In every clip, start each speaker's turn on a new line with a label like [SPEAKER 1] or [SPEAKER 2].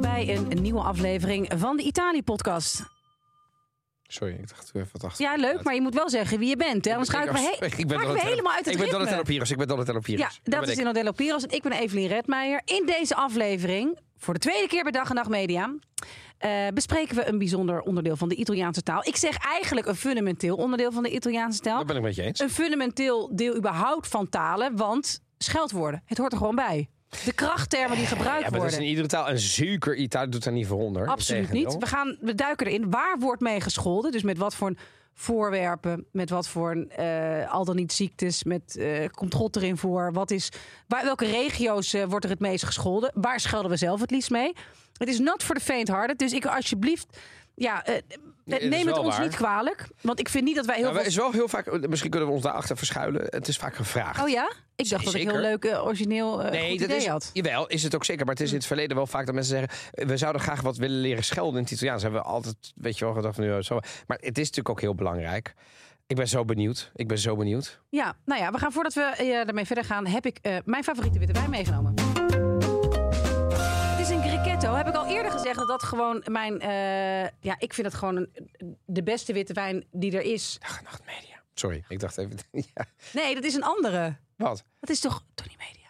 [SPEAKER 1] bij een nieuwe aflevering van de Italië-podcast.
[SPEAKER 2] Sorry, ik dacht even wat achter.
[SPEAKER 1] Ja, leuk, maar je moet wel zeggen wie je bent. Hè? Anders raken we, he- raken we
[SPEAKER 2] Ik ben Donatello-
[SPEAKER 1] helemaal uit het
[SPEAKER 2] Ik ben
[SPEAKER 1] ritme.
[SPEAKER 2] Donatello Pirus. Ik ben Donatello Pirus.
[SPEAKER 1] Ja,
[SPEAKER 2] ben
[SPEAKER 1] dat is
[SPEAKER 2] ik.
[SPEAKER 1] Innodello Piros en ik ben Evelien Redmeijer. In deze aflevering, voor de tweede keer bij Dag en Nacht Media... eh, bespreken we een bijzonder onderdeel van de Italiaanse taal. Ik zeg eigenlijk een fundamenteel onderdeel van de Italiaanse taal.
[SPEAKER 2] Dat ben ik met je eens.
[SPEAKER 1] Een fundamenteel deel überhaupt van talen, want scheldwoorden, het hoort er gewoon bij. De krachttermen die gebruikt
[SPEAKER 2] Ja, maar dat is
[SPEAKER 1] worden.
[SPEAKER 2] in iedere taal. En zeker Italië doet daar niet voor onder.
[SPEAKER 1] Absoluut
[SPEAKER 2] Integendeel.
[SPEAKER 1] niet. We, gaan, we duiken erin. Waar wordt mee gescholden? Dus met wat voor voorwerpen, met wat voor eh, al dan niet ziektes, met, eh, komt God erin voor? Wat is, waar, welke regio's eh, wordt er het meest gescholden? Waar schelden we zelf het liefst mee? Het is not voor de faint-hearted, dus ik alsjeblieft, ja, eh,
[SPEAKER 2] het is
[SPEAKER 1] neem het
[SPEAKER 2] wel
[SPEAKER 1] ons
[SPEAKER 2] waar.
[SPEAKER 1] niet kwalijk. Want ik vind niet dat wij heel
[SPEAKER 2] Nou, maar
[SPEAKER 1] veel...
[SPEAKER 2] is wel heel vaak, misschien kunnen we ons daarachter verschuilen. Het is vaak gevraagd.
[SPEAKER 1] Oh ja? Ik dacht dat ik heel
[SPEAKER 2] Zeker.
[SPEAKER 1] leuk, eh, origineel eh goed idee
[SPEAKER 2] is,
[SPEAKER 1] had. Hm.
[SPEAKER 2] Jawel, is het ook zeker. Maar het is in het verleden wel vaak dat mensen zeggen... eh, we zouden graag wat willen leren schelden in het Italiaans. Hebben we altijd, weet je wel, gedacht van... eh, Zo. Maar het is natuurlijk ook heel belangrijk. Ik ben zo benieuwd. Ik ben zo benieuwd.
[SPEAKER 1] Ja, nou ja, we gaan voordat we eh, daarmee verder gaan, heb ik eh, mijn favoriete witte wijn meegenomen. Het is een Grichetto. Heb ik al eerder gezegd dat dat gewoon mijn... eh, ja, ik vind het gewoon een- de beste witte wijn die er is.
[SPEAKER 2] Dag en nacht media. Sorry, ik dacht even... ja,
[SPEAKER 1] Nee, dat is een andere.
[SPEAKER 2] wat?
[SPEAKER 1] Dat is toch Tony Media?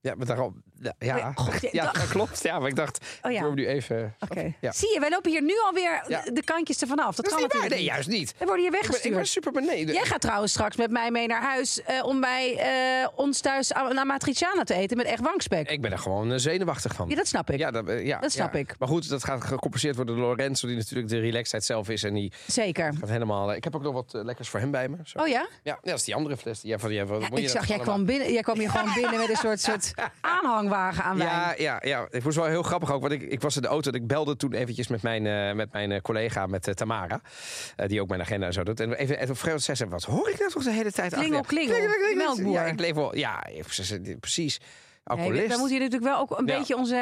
[SPEAKER 2] Ja, maar daarom... Ja, ja,
[SPEAKER 1] God, Oh ja,
[SPEAKER 2] ja
[SPEAKER 1] dag.
[SPEAKER 2] dat klopt. Ja, maar ik dacht,
[SPEAKER 1] Oh ja.
[SPEAKER 2] ik wil nu even...
[SPEAKER 1] Oké.
[SPEAKER 2] Ja.
[SPEAKER 1] Zie je, wij lopen hier nu alweer
[SPEAKER 2] Ja.
[SPEAKER 1] de kantjes ervan af. Dat,
[SPEAKER 2] Dat is
[SPEAKER 1] kan
[SPEAKER 2] niet waar.
[SPEAKER 1] natuurlijk
[SPEAKER 2] Nee, juist niet.
[SPEAKER 1] We worden hier
[SPEAKER 2] Ik ben,
[SPEAKER 1] weggestuurd.
[SPEAKER 2] ik ben super beneden.
[SPEAKER 1] Jij gaat trouwens straks met mij mee naar huis eh, om bij eh, ons thuis een amatriciana te eten met echt wangspek.
[SPEAKER 2] Ik ben er gewoon eh, zenuwachtig van.
[SPEAKER 1] Ja, dat snap ik.
[SPEAKER 2] Ja, dat, eh, ja,
[SPEAKER 1] Dat snap
[SPEAKER 2] ja.
[SPEAKER 1] ik.
[SPEAKER 2] Maar goed, dat gaat gecompenseerd worden door Lorenzo, die natuurlijk de relaxedheid zelf is. En die
[SPEAKER 1] Zeker.
[SPEAKER 2] gaat helemaal. eh, Ik heb ook nog wat eh, lekkers voor hem bij me. Zo.
[SPEAKER 1] Oh ja?
[SPEAKER 2] Ja, dat is die andere fles. Die jij van, die, wat
[SPEAKER 1] Ja,
[SPEAKER 2] moet je
[SPEAKER 1] ik
[SPEAKER 2] dat
[SPEAKER 1] zag, jij
[SPEAKER 2] allemaal-
[SPEAKER 1] kwam, binnen, jij kwam hier gewoon binnen met een soort, soort aanhangwagen aan wijn.
[SPEAKER 2] Ja, ja, ja, ik was wel heel grappig ook. Want ik, ik was in de auto en ik belde toen eventjes met mijn, eh, met mijn eh, collega, met eh, Tamara. eh, die ook mijn agenda en zo doet. En even, even op vreemd zei ze, wat hoor ik nou toch de hele tijd?
[SPEAKER 1] Klingel,
[SPEAKER 2] achter je?"
[SPEAKER 1] klingel, melkboer.
[SPEAKER 2] Ja, ik leef wel, ja, ze- ze- precies.
[SPEAKER 1] Nee,
[SPEAKER 2] Alcoholist.
[SPEAKER 1] dan moeten jullie natuurlijk wel ook een
[SPEAKER 2] Ja.
[SPEAKER 1] beetje onze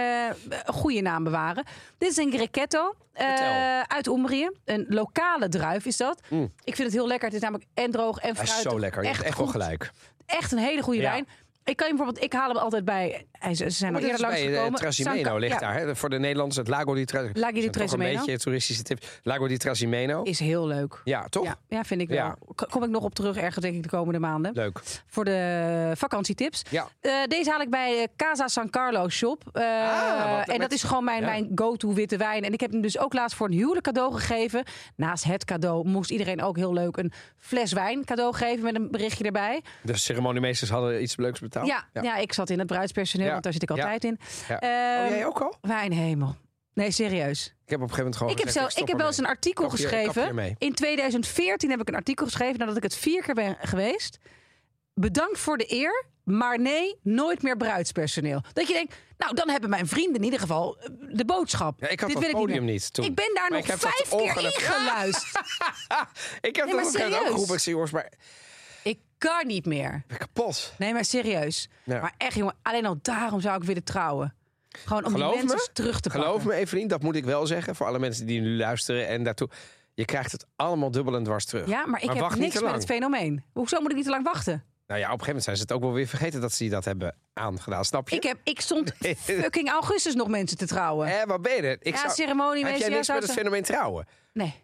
[SPEAKER 1] eh, goede naam bewaren. Dit is een Grechetto eh,
[SPEAKER 2] Vertel. Mm.
[SPEAKER 1] uit Umbrië. Een lokale druif is dat. Ik vind het heel lekker. Het is namelijk en droog en
[SPEAKER 2] Hij
[SPEAKER 1] fruitig.
[SPEAKER 2] is zo lekker. Je hebt echt wel
[SPEAKER 1] goed.
[SPEAKER 2] gelijk.
[SPEAKER 1] Echt een hele goede
[SPEAKER 2] Ja.
[SPEAKER 1] wijn. Ik kan je bijvoorbeeld, ik haal hem altijd bij. hij- Ze ze zijn al
[SPEAKER 2] Maar
[SPEAKER 1] eerder
[SPEAKER 2] dat is
[SPEAKER 1] langs
[SPEAKER 2] bij, eh,
[SPEAKER 1] gekomen.
[SPEAKER 2] Trasimeno
[SPEAKER 1] Sanca-
[SPEAKER 2] ligt
[SPEAKER 1] ja,
[SPEAKER 2] daar. Hè? Voor de Nederlanders het Lago di Trasimeno.
[SPEAKER 1] Lago di
[SPEAKER 2] Een
[SPEAKER 1] Trasimeno.
[SPEAKER 2] beetje toeristische tip. Lago di Trasimeno.
[SPEAKER 1] Is heel leuk.
[SPEAKER 2] Ja, toch?
[SPEAKER 1] Ja, ja, vind ik wel.
[SPEAKER 2] Ja.
[SPEAKER 1] K- Kom ik nog op terug ergens denk ik de komende maanden.
[SPEAKER 2] Leuk.
[SPEAKER 1] voor de vakantietips.
[SPEAKER 2] Ja.
[SPEAKER 1] Eh, deze haal ik bij de Casa San Carlo Shop. Eh,
[SPEAKER 2] Ah, wat-
[SPEAKER 1] en dat
[SPEAKER 2] met-
[SPEAKER 1] is gewoon mijn,
[SPEAKER 2] ja.
[SPEAKER 1] mijn go-to witte wijn. En ik heb hem dus ook laatst voor een huwelijk cadeau gegeven. Naast het cadeau moest iedereen ook heel leuk een fles wijn cadeau geven met een berichtje erbij.
[SPEAKER 2] De ceremoniemeesters hadden iets leuks betaald.
[SPEAKER 1] Ja, ja. ik zat in het bruidspersoneel,
[SPEAKER 2] Ja.
[SPEAKER 1] want daar zit ik
[SPEAKER 2] Ja.
[SPEAKER 1] altijd in.
[SPEAKER 2] Ja.
[SPEAKER 1] Ehm,
[SPEAKER 2] oh, jij ook al?
[SPEAKER 1] Wijnhemel. Nee, serieus.
[SPEAKER 2] Ik heb op een gegeven moment gewoon
[SPEAKER 1] Ik heb,
[SPEAKER 2] gezegd,
[SPEAKER 1] zelf, ik
[SPEAKER 2] stop
[SPEAKER 1] heb wel eens een
[SPEAKER 2] ermee.
[SPEAKER 1] artikel
[SPEAKER 2] Kap hier- kap
[SPEAKER 1] geschreven.
[SPEAKER 2] hiermee.
[SPEAKER 1] In 2014 heb ik een artikel geschreven nadat ik het vier keer ben geweest. Bedankt voor de eer, maar nee, nooit meer bruidspersoneel. Dat je denkt, nou dan hebben mijn vrienden in ieder geval eh, de boodschap.
[SPEAKER 2] Ja, ik had
[SPEAKER 1] Dit
[SPEAKER 2] dat
[SPEAKER 1] wil
[SPEAKER 2] podium
[SPEAKER 1] meer.
[SPEAKER 2] niet toen.
[SPEAKER 1] Ik ben daar
[SPEAKER 2] Maar
[SPEAKER 1] nog
[SPEAKER 2] ik heb dat
[SPEAKER 1] vijf keer
[SPEAKER 2] ongeluk-
[SPEAKER 1] in geluisterd.
[SPEAKER 2] Ik heb
[SPEAKER 1] Nee, maar
[SPEAKER 2] dat op een gegeven moment
[SPEAKER 1] serieus.
[SPEAKER 2] ook geroepen. Ik zei, jongens, maar ik
[SPEAKER 1] ik kan niet meer.
[SPEAKER 2] ben kapot.
[SPEAKER 1] Nee, maar serieus.
[SPEAKER 2] Ja.
[SPEAKER 1] Maar echt jongen, alleen al daarom zou ik willen trouwen. Gewoon om
[SPEAKER 2] Geloof
[SPEAKER 1] die mensen
[SPEAKER 2] me?
[SPEAKER 1] terug te
[SPEAKER 2] Geloof
[SPEAKER 1] pakken.
[SPEAKER 2] me, Evelien, dat moet ik wel zeggen. Voor alle mensen die nu luisteren en daartoe. Je krijgt het allemaal dubbel en dwars terug.
[SPEAKER 1] Ja, maar ik heb
[SPEAKER 2] wacht niet
[SPEAKER 1] niks
[SPEAKER 2] te
[SPEAKER 1] met
[SPEAKER 2] lang.
[SPEAKER 1] het fenomeen. Hoezo moet ik niet te lang wachten?
[SPEAKER 2] Nou ja, op een gegeven moment zijn ze het ook wel weer vergeten dat ze die dat hebben aangedaan. Snap je?
[SPEAKER 1] Ik, heb, ik stond fucking augustus nog mensen te trouwen.
[SPEAKER 2] Hé, wat ben je? dit? Eh, Ik
[SPEAKER 1] Ja,
[SPEAKER 2] zou-
[SPEAKER 1] ceremonie,
[SPEAKER 2] Heb jij
[SPEAKER 1] mensen, ja,
[SPEAKER 2] niks
[SPEAKER 1] zou
[SPEAKER 2] met het
[SPEAKER 1] ze-
[SPEAKER 2] fenomeen trouwen?
[SPEAKER 1] Nee.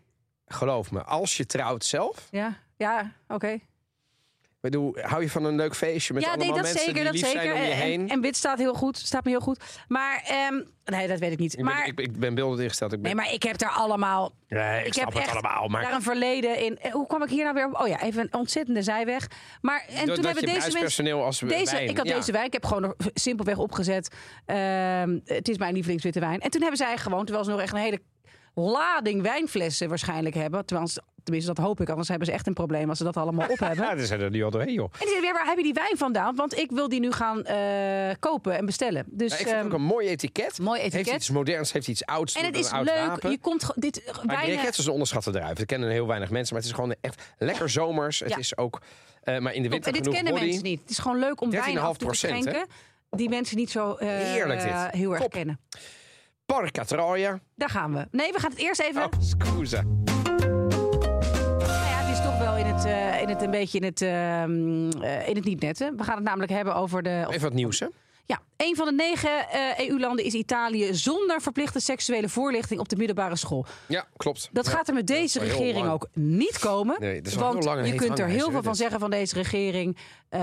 [SPEAKER 2] Geloof me, als je trouwt zelf,
[SPEAKER 1] Ja, ja oké.
[SPEAKER 2] ik bedoel, hou je van een leuk feestje met
[SPEAKER 1] Ja, nee,
[SPEAKER 2] allemaal
[SPEAKER 1] dat
[SPEAKER 2] mensen
[SPEAKER 1] zeker,
[SPEAKER 2] die
[SPEAKER 1] dat
[SPEAKER 2] lief zijn
[SPEAKER 1] zeker. Eh,
[SPEAKER 2] om je
[SPEAKER 1] En,
[SPEAKER 2] heen.
[SPEAKER 1] en, en wit staat heel goed, staat me heel goed. Maar, ehm, nee, dat weet ik niet.
[SPEAKER 2] ik, ben,
[SPEAKER 1] Maar,
[SPEAKER 2] ik, ik ben beeldend ingesteld. Ik
[SPEAKER 1] nee,
[SPEAKER 2] ben,
[SPEAKER 1] maar ik heb daar allemaal...
[SPEAKER 2] nee, ik, snap
[SPEAKER 1] heb
[SPEAKER 2] het
[SPEAKER 1] echt
[SPEAKER 2] allemaal. Maar
[SPEAKER 1] daar een verleden in. Eh, Hoe kwam ik hier nou weer op? Oh ja, even een ontzettende zijweg. Maar en
[SPEAKER 2] dat
[SPEAKER 1] toen hebben
[SPEAKER 2] je
[SPEAKER 1] deze mensen...
[SPEAKER 2] personeel als we-
[SPEAKER 1] Deze,
[SPEAKER 2] wijn,
[SPEAKER 1] ik had
[SPEAKER 2] ja.
[SPEAKER 1] deze wijn, ik heb gewoon er simpelweg opgezet. ehm, het is mijn lievelingswitte wijn. En toen hebben zij gewoon, terwijl ze nog echt een hele lading wijnflessen waarschijnlijk hebben. Terwijl ze- tenminste, dat hoop ik, anders hebben ze echt een probleem als ze dat allemaal op hebben.
[SPEAKER 2] Ja, daar zijn er nu al doorheen, joh.
[SPEAKER 1] En die zei, ja, waar heb je die wijn vandaan? Want ik wil die nu gaan eh, kopen en bestellen. Dus,
[SPEAKER 2] Ja, ik vind het
[SPEAKER 1] ehm,
[SPEAKER 2] ook een mooi etiket.
[SPEAKER 1] mooi etiket.
[SPEAKER 2] Heeft iets moderns, heeft iets ouds.
[SPEAKER 1] en het
[SPEAKER 2] een
[SPEAKER 1] is
[SPEAKER 2] oud
[SPEAKER 1] leuk.
[SPEAKER 2] wapen.
[SPEAKER 1] Je komt ge- dit eh,
[SPEAKER 2] Maar
[SPEAKER 1] wijnen-
[SPEAKER 2] Cricket is een onderschatte druif. Dat kennen heel weinig mensen. Maar het is gewoon echt lekker zomers. Het
[SPEAKER 1] Ja.
[SPEAKER 2] is ook, eh, maar in de winter
[SPEAKER 1] en dit
[SPEAKER 2] genoeg
[SPEAKER 1] kennen
[SPEAKER 2] body.
[SPEAKER 1] mensen niet. Het is gewoon leuk om wijn af en toe te
[SPEAKER 2] 13,5%, hè?
[SPEAKER 1] schenken. Die mensen niet zo eh,
[SPEAKER 2] Heerlijk dit.
[SPEAKER 1] eh, heel erg
[SPEAKER 2] Top.
[SPEAKER 1] kennen.
[SPEAKER 2] Porca troia.
[SPEAKER 1] Daar gaan we. Nee, we gaan het eerst even.
[SPEAKER 2] Oh, scusa.
[SPEAKER 1] Nou ja, het is toch wel in het, eh, in het een beetje in het, ehm, eh, in het niet netten. We gaan het namelijk hebben over de.
[SPEAKER 2] Even wat nieuws, hè?
[SPEAKER 1] Ja, een van de negen eh, EU-landen is Italië zonder verplichte seksuele voorlichting op de middelbare school.
[SPEAKER 2] Ja, klopt.
[SPEAKER 1] Dat
[SPEAKER 2] Ja.
[SPEAKER 1] gaat er met deze
[SPEAKER 2] wel heel
[SPEAKER 1] regering
[SPEAKER 2] lang.
[SPEAKER 1] ook niet komen.
[SPEAKER 2] Nee, dat is wel
[SPEAKER 1] want
[SPEAKER 2] heel lang en
[SPEAKER 1] je
[SPEAKER 2] heet
[SPEAKER 1] kunt er
[SPEAKER 2] hangijzer,
[SPEAKER 1] heel
[SPEAKER 2] hè,
[SPEAKER 1] veel van
[SPEAKER 2] dit.
[SPEAKER 1] zeggen van deze regering. eh,